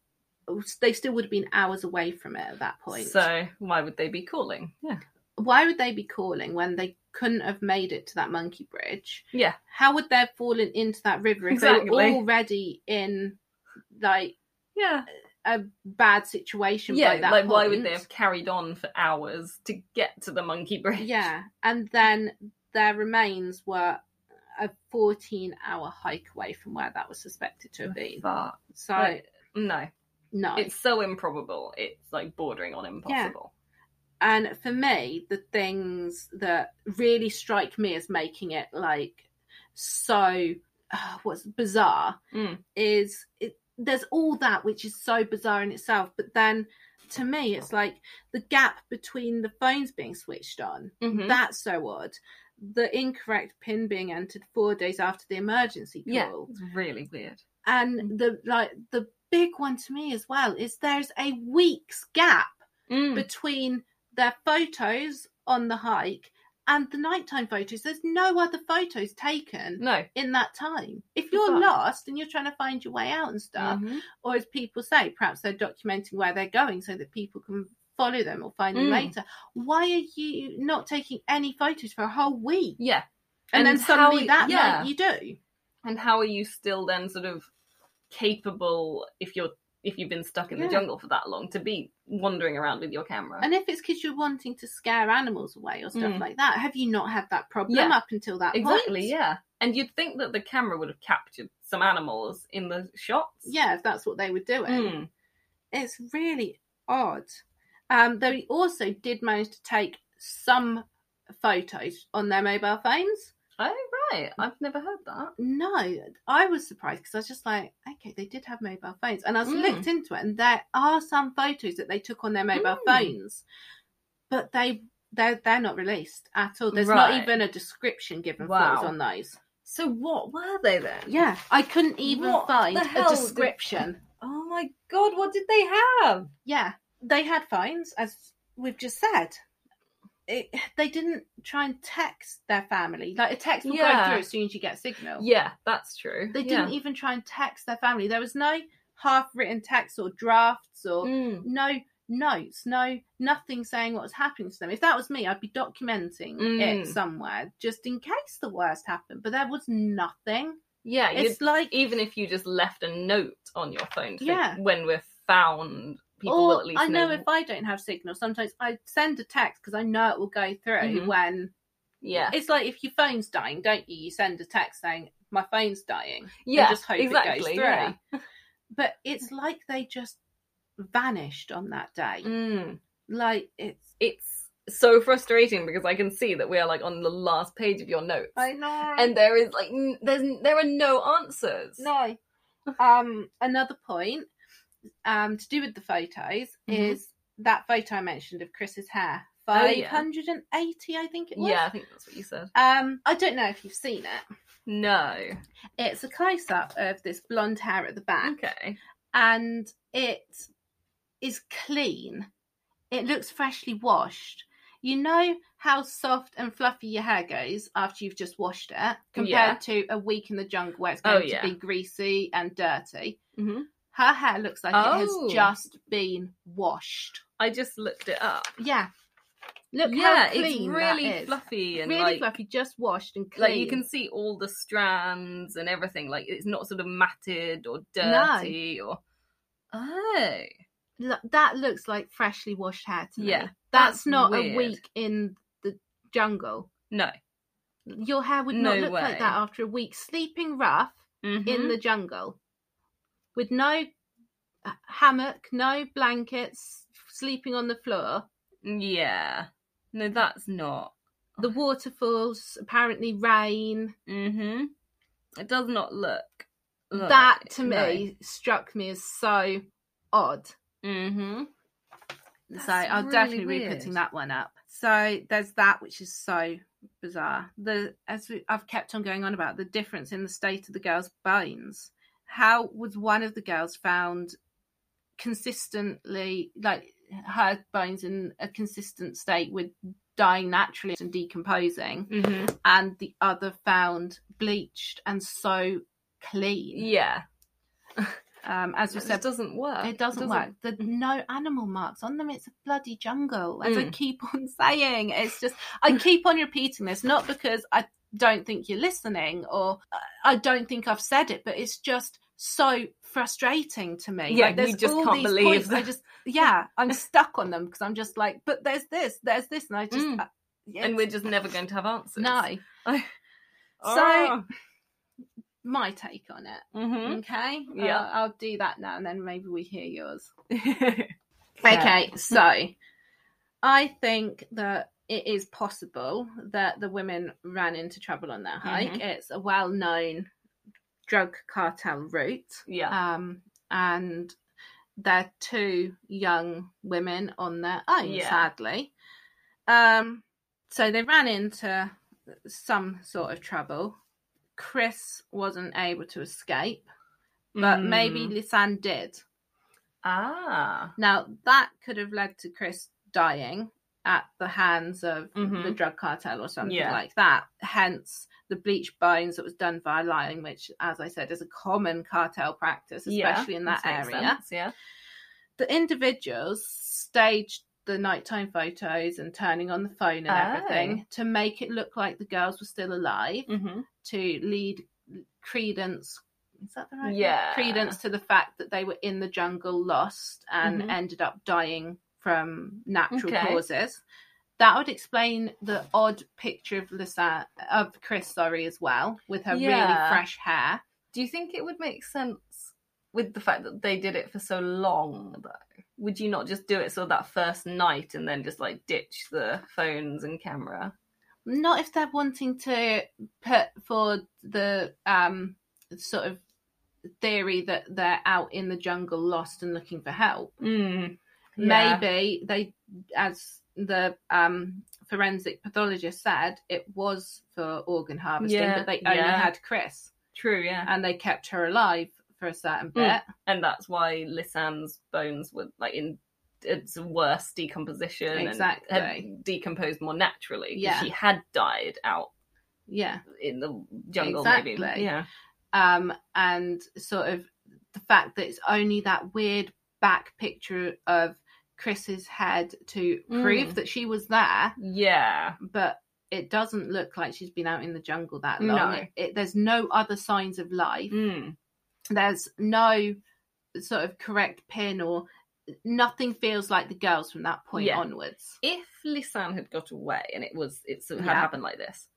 [SPEAKER 1] they still would have been hours away from it at that point.
[SPEAKER 2] So why would they be calling? Yeah.
[SPEAKER 1] Why would they be calling when they couldn't have made it to that monkey bridge?
[SPEAKER 2] Yeah.
[SPEAKER 1] how would they have fallen into that river if they were
[SPEAKER 2] Exactly.
[SPEAKER 1] already in like
[SPEAKER 2] Yeah.
[SPEAKER 1] a bad situation
[SPEAKER 2] Yeah.
[SPEAKER 1] by that
[SPEAKER 2] Like, why would they
[SPEAKER 1] point?
[SPEAKER 2] have carried on for hours to get to the monkey bridge? [LAUGHS]
[SPEAKER 1] yeah and then their remains were a 14 hour hike away from where that was suspected to have been
[SPEAKER 2] Fuck.
[SPEAKER 1] so
[SPEAKER 2] Right. No.
[SPEAKER 1] no
[SPEAKER 2] It's so improbable. It's like bordering on impossible.
[SPEAKER 1] and for me the things that really strike me as making it like so uh, what's bizarre
[SPEAKER 2] Mm.
[SPEAKER 1] is it, there's all that which is so bizarre in itself but then to me it's like the gap between the phones being switched on
[SPEAKER 2] Mhm.
[SPEAKER 1] that's so odd the incorrect pin being entered four days after the emergency call
[SPEAKER 2] Yeah. It's really weird.
[SPEAKER 1] and the like the big one to me as well is there's a week's gap
[SPEAKER 2] Mm.
[SPEAKER 1] between their photos on the hike and the nighttime photos. There's no other photos taken
[SPEAKER 2] no.
[SPEAKER 1] in that time. If you're
[SPEAKER 2] Right.
[SPEAKER 1] lost and you're trying to find your way out and stuff,
[SPEAKER 2] Mhm.
[SPEAKER 1] or as people say, perhaps they're documenting where they're going so that people can follow them or find them
[SPEAKER 2] Mm.
[SPEAKER 1] later. Why are you not taking any photos for a whole week?
[SPEAKER 2] Yeah.
[SPEAKER 1] And,
[SPEAKER 2] And
[SPEAKER 1] then
[SPEAKER 2] how-
[SPEAKER 1] suddenly that
[SPEAKER 2] yeah.
[SPEAKER 1] night you do.
[SPEAKER 2] And how are you still then sort of capable if you're if you've been stuck in
[SPEAKER 1] Yeah.
[SPEAKER 2] the jungle for that long to be wandering around with your camera?
[SPEAKER 1] And if it's because you're wanting to scare animals away or stuff
[SPEAKER 2] Mm.
[SPEAKER 1] like that, have you not had that problem
[SPEAKER 2] Yeah.
[SPEAKER 1] up until that
[SPEAKER 2] exactly,
[SPEAKER 1] point?
[SPEAKER 2] yeah. And you'd think that the camera would have captured some animals in the shots.
[SPEAKER 1] Yeah, if that's what they were doing.
[SPEAKER 2] Mm.
[SPEAKER 1] it's really odd. Um, though he also did manage to take some photos on their mobile phones.
[SPEAKER 2] Oh right, I've never heard that.
[SPEAKER 1] No, I was surprised because I was just like, okay, they did have mobile phones, and I was
[SPEAKER 2] Mm.
[SPEAKER 1] looked into it, and there are some photos that they took on their mobile
[SPEAKER 2] Mm.
[SPEAKER 1] phones, but they they're they're not released at all. There's not
[SPEAKER 2] Right.
[SPEAKER 1] even a description given for
[SPEAKER 2] Wow.
[SPEAKER 1] us on those.
[SPEAKER 2] So what were they then?
[SPEAKER 1] Yeah, I couldn't even
[SPEAKER 2] What the
[SPEAKER 1] find
[SPEAKER 2] hell
[SPEAKER 1] a
[SPEAKER 2] did-
[SPEAKER 1] description.
[SPEAKER 2] Oh my god, what did they have?
[SPEAKER 1] yeah, they had phones, as we've just said. It, they didn't try and text their family. Like a text will go
[SPEAKER 2] Yeah.
[SPEAKER 1] through as soon as you get signal.
[SPEAKER 2] Yeah, that's true.
[SPEAKER 1] They didn't even try and text their family. There was no half written text or drafts or
[SPEAKER 2] Mm.
[SPEAKER 1] no notes, no nothing saying what was happening to them. If that was me, I'd be documenting
[SPEAKER 2] Mm.
[SPEAKER 1] it somewhere just in case the worst happened. But there was nothing.
[SPEAKER 2] Yeah, you'd
[SPEAKER 1] It's like
[SPEAKER 2] even if you just left a note on your phone to yeah. Oh,
[SPEAKER 1] Yeah.
[SPEAKER 2] when we're found, people
[SPEAKER 1] or
[SPEAKER 2] will at least
[SPEAKER 1] oh, I know, if I don't have signal, sometimes I send a text because I know it will go through
[SPEAKER 2] Mhm.
[SPEAKER 1] when
[SPEAKER 2] yeah,
[SPEAKER 1] [LAUGHS] It's like if your phone's dying, don't you? You send a text saying, My phone's dying.
[SPEAKER 2] yeah,
[SPEAKER 1] just hope it goes
[SPEAKER 2] exactly,
[SPEAKER 1] through.
[SPEAKER 2] yeah.
[SPEAKER 1] But it's like they just vanished on that day.
[SPEAKER 2] Mm.
[SPEAKER 1] Like it's
[SPEAKER 2] It's so frustrating because I can see that we are like on the last page of your notes,
[SPEAKER 1] know
[SPEAKER 2] [LAUGHS] and there is like n- there's n- there are no answers.
[SPEAKER 1] No. [LAUGHS] Um another point um to do with the photos
[SPEAKER 2] Mhm.
[SPEAKER 1] is that photo I mentioned of Chris's hair.
[SPEAKER 2] Oh,
[SPEAKER 1] Five
[SPEAKER 2] yeah.
[SPEAKER 1] hundred and eighty, I think it was.
[SPEAKER 2] yeah, I think that's what you said.
[SPEAKER 1] Um, I don't know if you've seen it.
[SPEAKER 2] No,
[SPEAKER 1] It's a close up of this blonde hair at the back.
[SPEAKER 2] okay,
[SPEAKER 1] and it is clean. It looks freshly washed. You know how soft and fluffy your hair goes after you've just washed it compared
[SPEAKER 2] Yeah.
[SPEAKER 1] to a week in the jungle where it's
[SPEAKER 2] Oh,
[SPEAKER 1] going
[SPEAKER 2] yeah.
[SPEAKER 1] to be greasy and dirty.
[SPEAKER 2] Mhm.
[SPEAKER 1] Her hair looks like it
[SPEAKER 2] Oh.
[SPEAKER 1] has just been washed.
[SPEAKER 2] I just looked it up.
[SPEAKER 1] Yeah. Look
[SPEAKER 2] yeah,
[SPEAKER 1] how clean
[SPEAKER 2] it's
[SPEAKER 1] that
[SPEAKER 2] really
[SPEAKER 1] is.
[SPEAKER 2] fluffy and
[SPEAKER 1] really
[SPEAKER 2] like,
[SPEAKER 1] fluffy, just washed and clean.
[SPEAKER 2] like you can see all the strands and everything. Like it's not sort of matted or dirty or oh
[SPEAKER 1] Look, that looks like freshly washed hair to me.
[SPEAKER 2] Yeah,
[SPEAKER 1] that's,
[SPEAKER 2] that's
[SPEAKER 1] not a
[SPEAKER 2] weird.
[SPEAKER 1] week in the jungle.
[SPEAKER 2] no.
[SPEAKER 1] Your hair would not
[SPEAKER 2] No
[SPEAKER 1] look like
[SPEAKER 2] way.
[SPEAKER 1] that after a week sleeping rough
[SPEAKER 2] Mm-hmm.
[SPEAKER 1] in the jungle with no uh, hammock, no blankets, sleeping on the floor.
[SPEAKER 2] Mhm. yeah, no, that's not.
[SPEAKER 1] The
[SPEAKER 2] Oh.
[SPEAKER 1] waterfalls, apparently rain.
[SPEAKER 2] Mm-hmm. It does not look like-
[SPEAKER 1] that to me struck me as so odd.
[SPEAKER 2] No. Mm-hmm.
[SPEAKER 1] so I'll definitely be putting that one up. So there's that, which is so bizarre. The as we, I've kept on going on about the difference in the state of the girls' bones. How was one of the girls found consistently like her bones in a consistent state with dying naturally and decomposing,
[SPEAKER 2] Mm-hmm.
[SPEAKER 1] and the other found bleached and so clean?
[SPEAKER 2] Yeah,
[SPEAKER 1] Um, as
[SPEAKER 2] so
[SPEAKER 1] we
[SPEAKER 2] it
[SPEAKER 1] said,
[SPEAKER 2] just doesn't work.
[SPEAKER 1] it doesn't, work. There's no animal marks on them. It's a bloody jungle, as I
[SPEAKER 2] Mm.
[SPEAKER 1] keep on [LAUGHS] saying. It's just, I keep on repeating this, not because I don't think you're listening or uh, I- I don't think I've said it, but it's just so frustrating to me.
[SPEAKER 2] Yeah, you just
[SPEAKER 1] all
[SPEAKER 2] can't
[SPEAKER 1] these
[SPEAKER 2] believe
[SPEAKER 1] points, I
[SPEAKER 2] that.
[SPEAKER 1] just,
[SPEAKER 2] [LAUGHS]
[SPEAKER 1] yeah, I'm stuck on them because I'm just like, but there's this, there's this, and I just,
[SPEAKER 2] Mm.
[SPEAKER 1] uh, yeah,
[SPEAKER 2] And we're just never going to have answers.
[SPEAKER 1] no.
[SPEAKER 2] Oh.
[SPEAKER 1] My take on it.
[SPEAKER 2] Mhm.
[SPEAKER 1] Okay, Uh,
[SPEAKER 2] Yeah.
[SPEAKER 1] I'll, I'll do that now, and then maybe we hear yours.
[SPEAKER 2] Yeah.
[SPEAKER 1] Okay, so I think that it is possible that the women ran into trouble on their hike.
[SPEAKER 2] Mm-hmm.
[SPEAKER 1] It's a well known drug cartel route.
[SPEAKER 2] Yeah.
[SPEAKER 1] Um, and they're two young women on their own,
[SPEAKER 2] Yeah.
[SPEAKER 1] sadly. Um, so they ran into some sort of trouble. Chris wasn't able to escape, but maybe
[SPEAKER 2] Mm.
[SPEAKER 1] Lisanne did.
[SPEAKER 2] ah.
[SPEAKER 1] Now that could have led to Chris dying at the hands of
[SPEAKER 2] Mhm.
[SPEAKER 1] the drug cartel or something
[SPEAKER 2] Yeah.
[SPEAKER 1] like that. Hence the bleach bones that was done via lying, which, as I said, is a common cartel practice,
[SPEAKER 2] Yeah,
[SPEAKER 1] especially in that
[SPEAKER 2] makes
[SPEAKER 1] area.
[SPEAKER 2] sense, Yeah.
[SPEAKER 1] The individuals staged the nighttime photos and turning on the phone and
[SPEAKER 2] Oh.
[SPEAKER 1] everything to make it look like the girls were still alive
[SPEAKER 2] Mhm.
[SPEAKER 1] to lead credence is that the right word?
[SPEAKER 2] Yeah.
[SPEAKER 1] credence to the fact that they were in the jungle lost and
[SPEAKER 2] Mhm.
[SPEAKER 1] ended up dying from natural
[SPEAKER 2] Okay.
[SPEAKER 1] causes that would explain the odd picture of Lisa of Chris sorry as well with her really
[SPEAKER 2] Yeah.
[SPEAKER 1] fresh hair
[SPEAKER 2] Do you think it would make sense with the fact that they did it for so long, though? Would you not just do it so that first night and then just like ditch the phones and camera?
[SPEAKER 1] not if they're wanting to put forward the um sort of theory that they're out in the jungle lost and looking for help
[SPEAKER 2] Mm.
[SPEAKER 1] maybe they as the um forensic pathologist said it was for organ harvesting
[SPEAKER 2] Yeah,
[SPEAKER 1] but they only
[SPEAKER 2] yeah.
[SPEAKER 1] had chris
[SPEAKER 2] True, yeah.
[SPEAKER 1] and they kept her alive for a certain bit
[SPEAKER 2] Mm. And that's why Lissanne's bones were like in its worse decomposition and
[SPEAKER 1] Exactly.
[SPEAKER 2] had decomposed more naturally. 'cause
[SPEAKER 1] Yeah.
[SPEAKER 2] She had died out
[SPEAKER 1] yeah
[SPEAKER 2] in the jungle, maybe.
[SPEAKER 1] Exactly.
[SPEAKER 2] Yeah.
[SPEAKER 1] um and sort of the fact that it's only that weird back picture of chris's head to prove
[SPEAKER 2] Mm.
[SPEAKER 1] that she was there
[SPEAKER 2] Yeah.
[SPEAKER 1] but it doesn't look like she's been out in the jungle that
[SPEAKER 2] No.
[SPEAKER 1] long it, it, there's no other signs of life
[SPEAKER 2] Mm.
[SPEAKER 1] there's no sort of correct pin or nothing feels like the girls from that point
[SPEAKER 2] Yeah.
[SPEAKER 1] onwards.
[SPEAKER 2] if Lisanne had got away and it was it sort of
[SPEAKER 1] Yeah.
[SPEAKER 2] had happened like this,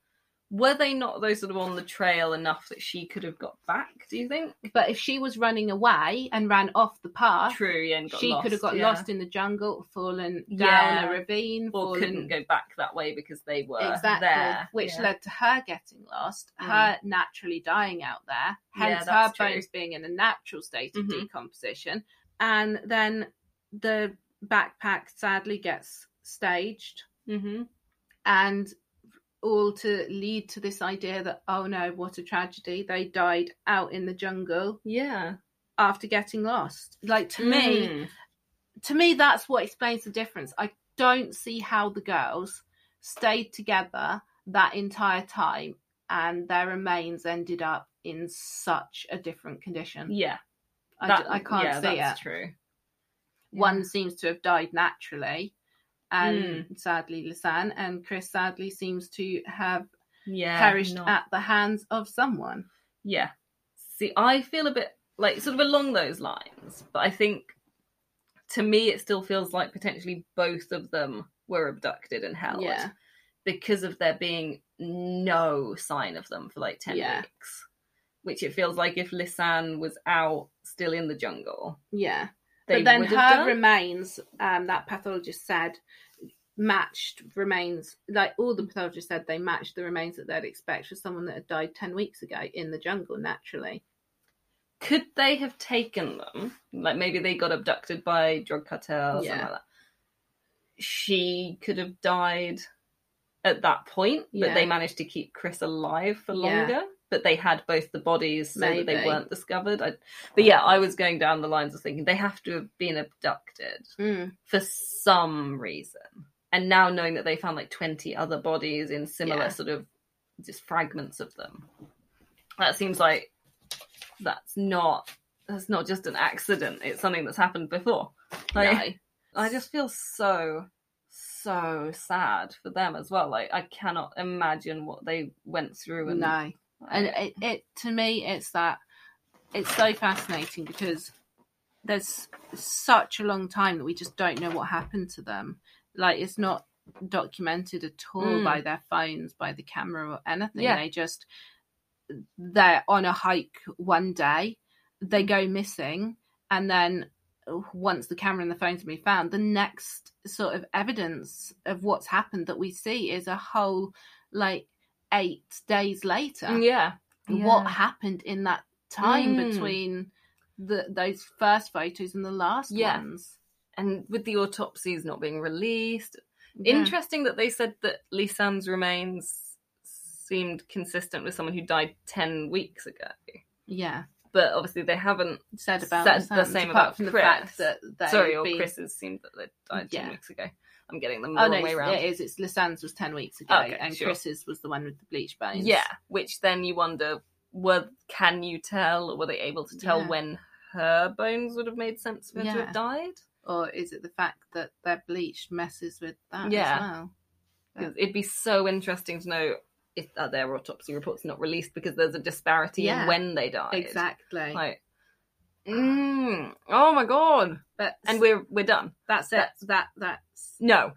[SPEAKER 2] were they not though sort of on the trail enough that she could have got back? Do you think?
[SPEAKER 1] But if she was running away and ran off the path,
[SPEAKER 2] True, yeah, and got
[SPEAKER 1] Uh, she
[SPEAKER 2] lost,
[SPEAKER 1] could have got
[SPEAKER 2] yeah.
[SPEAKER 1] lost in the jungle, fallen down
[SPEAKER 2] Yeah.
[SPEAKER 1] a ravine,
[SPEAKER 2] or
[SPEAKER 1] fallen
[SPEAKER 2] couldn't go back that way because they were
[SPEAKER 1] exactly,
[SPEAKER 2] there,
[SPEAKER 1] which
[SPEAKER 2] yeah.
[SPEAKER 1] led to her getting lost,
[SPEAKER 2] Mm.
[SPEAKER 1] her naturally dying out there,
[SPEAKER 2] Yeah,
[SPEAKER 1] hence her
[SPEAKER 2] that's true.
[SPEAKER 1] bones being in a natural state of
[SPEAKER 2] Mhm.
[SPEAKER 1] decomposition, and then the backpack sadly gets staged
[SPEAKER 2] Mhm.
[SPEAKER 1] and all to lead to this idea that oh no what a tragedy they died out in the jungle
[SPEAKER 2] yeah,
[SPEAKER 1] after getting lost like to me
[SPEAKER 2] Mm.
[SPEAKER 1] to me that's what explains the difference i don't see how the girls stayed together that entire time and their remains ended up in such a different condition
[SPEAKER 2] yeah,
[SPEAKER 1] I d-
[SPEAKER 2] that-
[SPEAKER 1] I can't
[SPEAKER 2] yeah,
[SPEAKER 1] see
[SPEAKER 2] that's
[SPEAKER 1] it
[SPEAKER 2] True.
[SPEAKER 1] one seems to have died naturally and
[SPEAKER 2] Mm.
[SPEAKER 1] sadly Lisanne and Chris sadly seems to have
[SPEAKER 2] Yeah.
[SPEAKER 1] perished
[SPEAKER 2] not-
[SPEAKER 1] at the hands of someone.
[SPEAKER 2] Yeah. See, I feel a bit like sort of along those lines, but I think to me it still feels like potentially both of them were abducted and held
[SPEAKER 1] Yeah.
[SPEAKER 2] because of there being no sign of them for like 10
[SPEAKER 1] Yeah.
[SPEAKER 2] weeks. Which it feels like if Lisanne was out still in the jungle,
[SPEAKER 1] Yeah.
[SPEAKER 2] they
[SPEAKER 1] but then
[SPEAKER 2] would
[SPEAKER 1] her
[SPEAKER 2] have done.
[SPEAKER 1] remains, um, that pathologist said, matched remains. Like all the pathologists said, they matched the remains that they'd expect for someone that had died 10 weeks ago in the jungle naturally.
[SPEAKER 2] could they have taken them? Like maybe they got abducted by drug cartel or something
[SPEAKER 1] Yeah.
[SPEAKER 2] like that. She could have died at that point, but
[SPEAKER 1] Yeah.
[SPEAKER 2] they managed to keep Chris alive for
[SPEAKER 1] Yeah.
[SPEAKER 2] longer. But they had both the bodies so that they
[SPEAKER 1] Maybe.
[SPEAKER 2] weren't discovered. I, but yeah, I was going down the lines of thinking they have to have been abducted
[SPEAKER 1] Mm.
[SPEAKER 2] for some reason. And now knowing that they found like 20 other bodies in similar
[SPEAKER 1] Yeah.
[SPEAKER 2] sort of just fragments of them. That seems like that's not that's not just an accident. It's something that's happened before. Like I just feel so so sad for them as well. Like I cannot imagine what they went through
[SPEAKER 1] no.
[SPEAKER 2] [LAUGHS] and
[SPEAKER 1] no. and it, it to me it's that it's so fascinating because there's such a long time that we just don't know what happened to them like it's not documented at all
[SPEAKER 2] Mm.
[SPEAKER 1] by their phones by the camera or anything
[SPEAKER 2] Yeah.
[SPEAKER 1] they just they're on a hike one day they go missing and then uh, once the camera and the phones have been found the next sort of evidence of what's happened that we see is a whole like eight days later
[SPEAKER 2] yeah.
[SPEAKER 1] what happened in that time
[SPEAKER 2] Mm.
[SPEAKER 1] between the those first photos and the last
[SPEAKER 2] Yeah.
[SPEAKER 1] ones.
[SPEAKER 2] and with the autopsies not being released
[SPEAKER 1] Yeah.
[SPEAKER 2] Interesting that they said that Lisanne's remains seemed consistent with someone who died 10 weeks ago.
[SPEAKER 1] yeah,
[SPEAKER 2] But obviously they haven't.
[SPEAKER 1] said about
[SPEAKER 2] Said
[SPEAKER 1] Lisanne's,
[SPEAKER 2] the same
[SPEAKER 1] apart
[SPEAKER 2] about
[SPEAKER 1] from the
[SPEAKER 2] Chris.
[SPEAKER 1] fact that they
[SPEAKER 2] sorry, or
[SPEAKER 1] been...
[SPEAKER 2] Chris's seemed that they died 10
[SPEAKER 1] Yeah.
[SPEAKER 2] weeks ago. I'm getting them the
[SPEAKER 1] Oh
[SPEAKER 2] wrong
[SPEAKER 1] no,
[SPEAKER 2] way around.
[SPEAKER 1] it is. It's Lisanne's was ten weeks ago,
[SPEAKER 2] Okay,
[SPEAKER 1] and
[SPEAKER 2] sure.
[SPEAKER 1] Chris's was the one with the bleach veins.
[SPEAKER 2] Yeah, which then you wonder, were can you tell, or were they able to tell
[SPEAKER 1] Yeah.
[SPEAKER 2] when her bones would have made sense for her to
[SPEAKER 1] Yeah.
[SPEAKER 2] have died?
[SPEAKER 1] or is it the fact that they're bleached messes with that
[SPEAKER 2] Yeah.
[SPEAKER 1] as well?
[SPEAKER 2] 'Cause it'd be so interesting to know if are their autopsy reports not released because there's a disparity
[SPEAKER 1] Yeah.
[SPEAKER 2] in when they died.
[SPEAKER 1] Exactly.
[SPEAKER 2] Like, mm, oh my god.
[SPEAKER 1] but
[SPEAKER 2] and we're we're done.
[SPEAKER 1] that's it.
[SPEAKER 2] that's-
[SPEAKER 1] That
[SPEAKER 2] [LAUGHS]
[SPEAKER 1] that's.
[SPEAKER 2] No,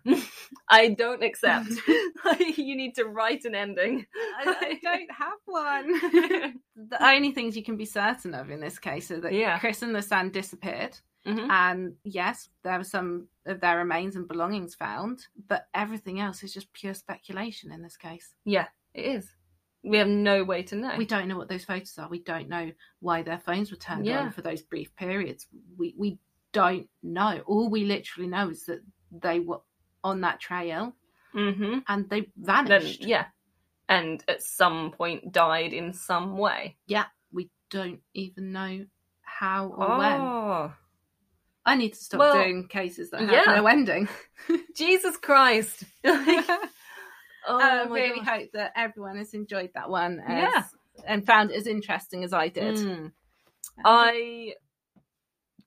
[SPEAKER 2] I don't accept. [LAUGHS] you need to write an [LAUGHS] ending.
[SPEAKER 1] [LAUGHS]
[SPEAKER 2] Mm-hmm.
[SPEAKER 1] I, I don't have one. [LAUGHS] the only things you can be certain of in this case are that
[SPEAKER 2] Yeah.
[SPEAKER 1] Chris and the sand disappeared.
[SPEAKER 2] Mhm.
[SPEAKER 1] And yes, there were some of their remains and belongings found, but everything else is just pure speculation in this case.
[SPEAKER 2] It is. We have no way to know.
[SPEAKER 1] We don't know what those photos are. We don't know why their phones were turned
[SPEAKER 2] Yeah.
[SPEAKER 1] on for those brief periods. We we don't know. All we literally know is that they were on that trail
[SPEAKER 2] hmm
[SPEAKER 1] and they
[SPEAKER 2] Then
[SPEAKER 1] vanished.
[SPEAKER 2] yeah, and at some point died in some way.
[SPEAKER 1] We don't even know how or when.
[SPEAKER 2] Oh,
[SPEAKER 1] I need to stop
[SPEAKER 2] Well,
[SPEAKER 1] doing cases that have
[SPEAKER 2] yeah.
[SPEAKER 1] no ending.
[SPEAKER 2] Jesus Christ! [LAUGHS] oh,
[SPEAKER 1] I
[SPEAKER 2] my
[SPEAKER 1] really
[SPEAKER 2] God.
[SPEAKER 1] hope that everyone has enjoyed that one as,
[SPEAKER 2] Yeah.
[SPEAKER 1] and found it as interesting as I did. Um,
[SPEAKER 2] Mm. I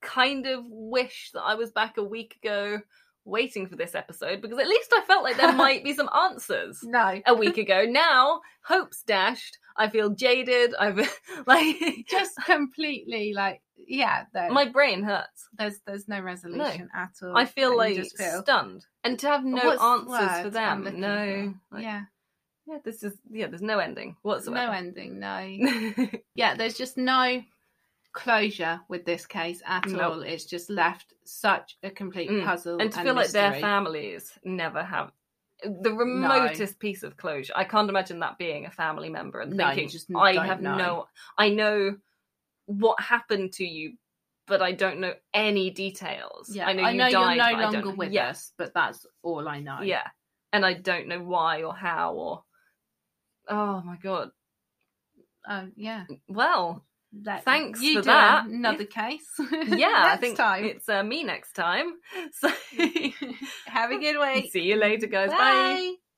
[SPEAKER 2] kind of wish that I was back a week ago waiting for this episode because at least I felt
[SPEAKER 1] [LAUGHS]
[SPEAKER 2] like there might be some answers [LAUGHS]
[SPEAKER 1] No. Uh, [LAUGHS]
[SPEAKER 2] a week ago. Now, hope's dashed. I feel jaded. I've [LAUGHS] like
[SPEAKER 1] Just completely like yeah, there,
[SPEAKER 2] my brain hurts.
[SPEAKER 1] there's there's no resolution at all.
[SPEAKER 2] I feel
[SPEAKER 1] Oh, And
[SPEAKER 2] like
[SPEAKER 1] you just feel-
[SPEAKER 2] stunned. And to have no
[SPEAKER 1] What's the
[SPEAKER 2] answers for
[SPEAKER 1] word I'm
[SPEAKER 2] them.
[SPEAKER 1] looking
[SPEAKER 2] No.
[SPEAKER 1] for?
[SPEAKER 2] Like,
[SPEAKER 1] yeah,
[SPEAKER 2] yeah, this is yeah, there's no ending
[SPEAKER 1] no
[SPEAKER 2] whatsoever.
[SPEAKER 1] ending, no.
[SPEAKER 2] [LAUGHS] No
[SPEAKER 1] yeah, there's just no closure with this case at
[SPEAKER 2] Nope.
[SPEAKER 1] all. It's just left such a complete
[SPEAKER 2] Mm.
[SPEAKER 1] puzzle
[SPEAKER 2] and to feel like their
[SPEAKER 1] mystery.
[SPEAKER 2] families never have the remotest piece of closure. I can't imagine that being a family member and
[SPEAKER 1] No, you
[SPEAKER 2] thinking,
[SPEAKER 1] just don't
[SPEAKER 2] I have
[SPEAKER 1] know."
[SPEAKER 2] no, I know what happened to you, but I don't know any details.
[SPEAKER 1] Yeah,
[SPEAKER 2] I know, you
[SPEAKER 1] are
[SPEAKER 2] died,
[SPEAKER 1] no
[SPEAKER 2] but I don't
[SPEAKER 1] longer
[SPEAKER 2] know-
[SPEAKER 1] with
[SPEAKER 2] yeah,
[SPEAKER 1] us, but that's all I know.
[SPEAKER 2] Yeah, and I don't know why or how or. Oh my god!
[SPEAKER 1] Oh, yeah. [LAUGHS]
[SPEAKER 2] Well,
[SPEAKER 1] That-
[SPEAKER 2] Thanks
[SPEAKER 1] you
[SPEAKER 2] for
[SPEAKER 1] do
[SPEAKER 2] that.
[SPEAKER 1] Another case.
[SPEAKER 2] yeah,
[SPEAKER 1] [LAUGHS]
[SPEAKER 2] I
[SPEAKER 1] Next
[SPEAKER 2] think
[SPEAKER 1] time.
[SPEAKER 2] it's uh, me next time. [LAUGHS] So,
[SPEAKER 1] [LAUGHS]
[SPEAKER 2] [LAUGHS]
[SPEAKER 1] Have a good week.
[SPEAKER 2] see you later, guys. Bye.
[SPEAKER 1] Bye.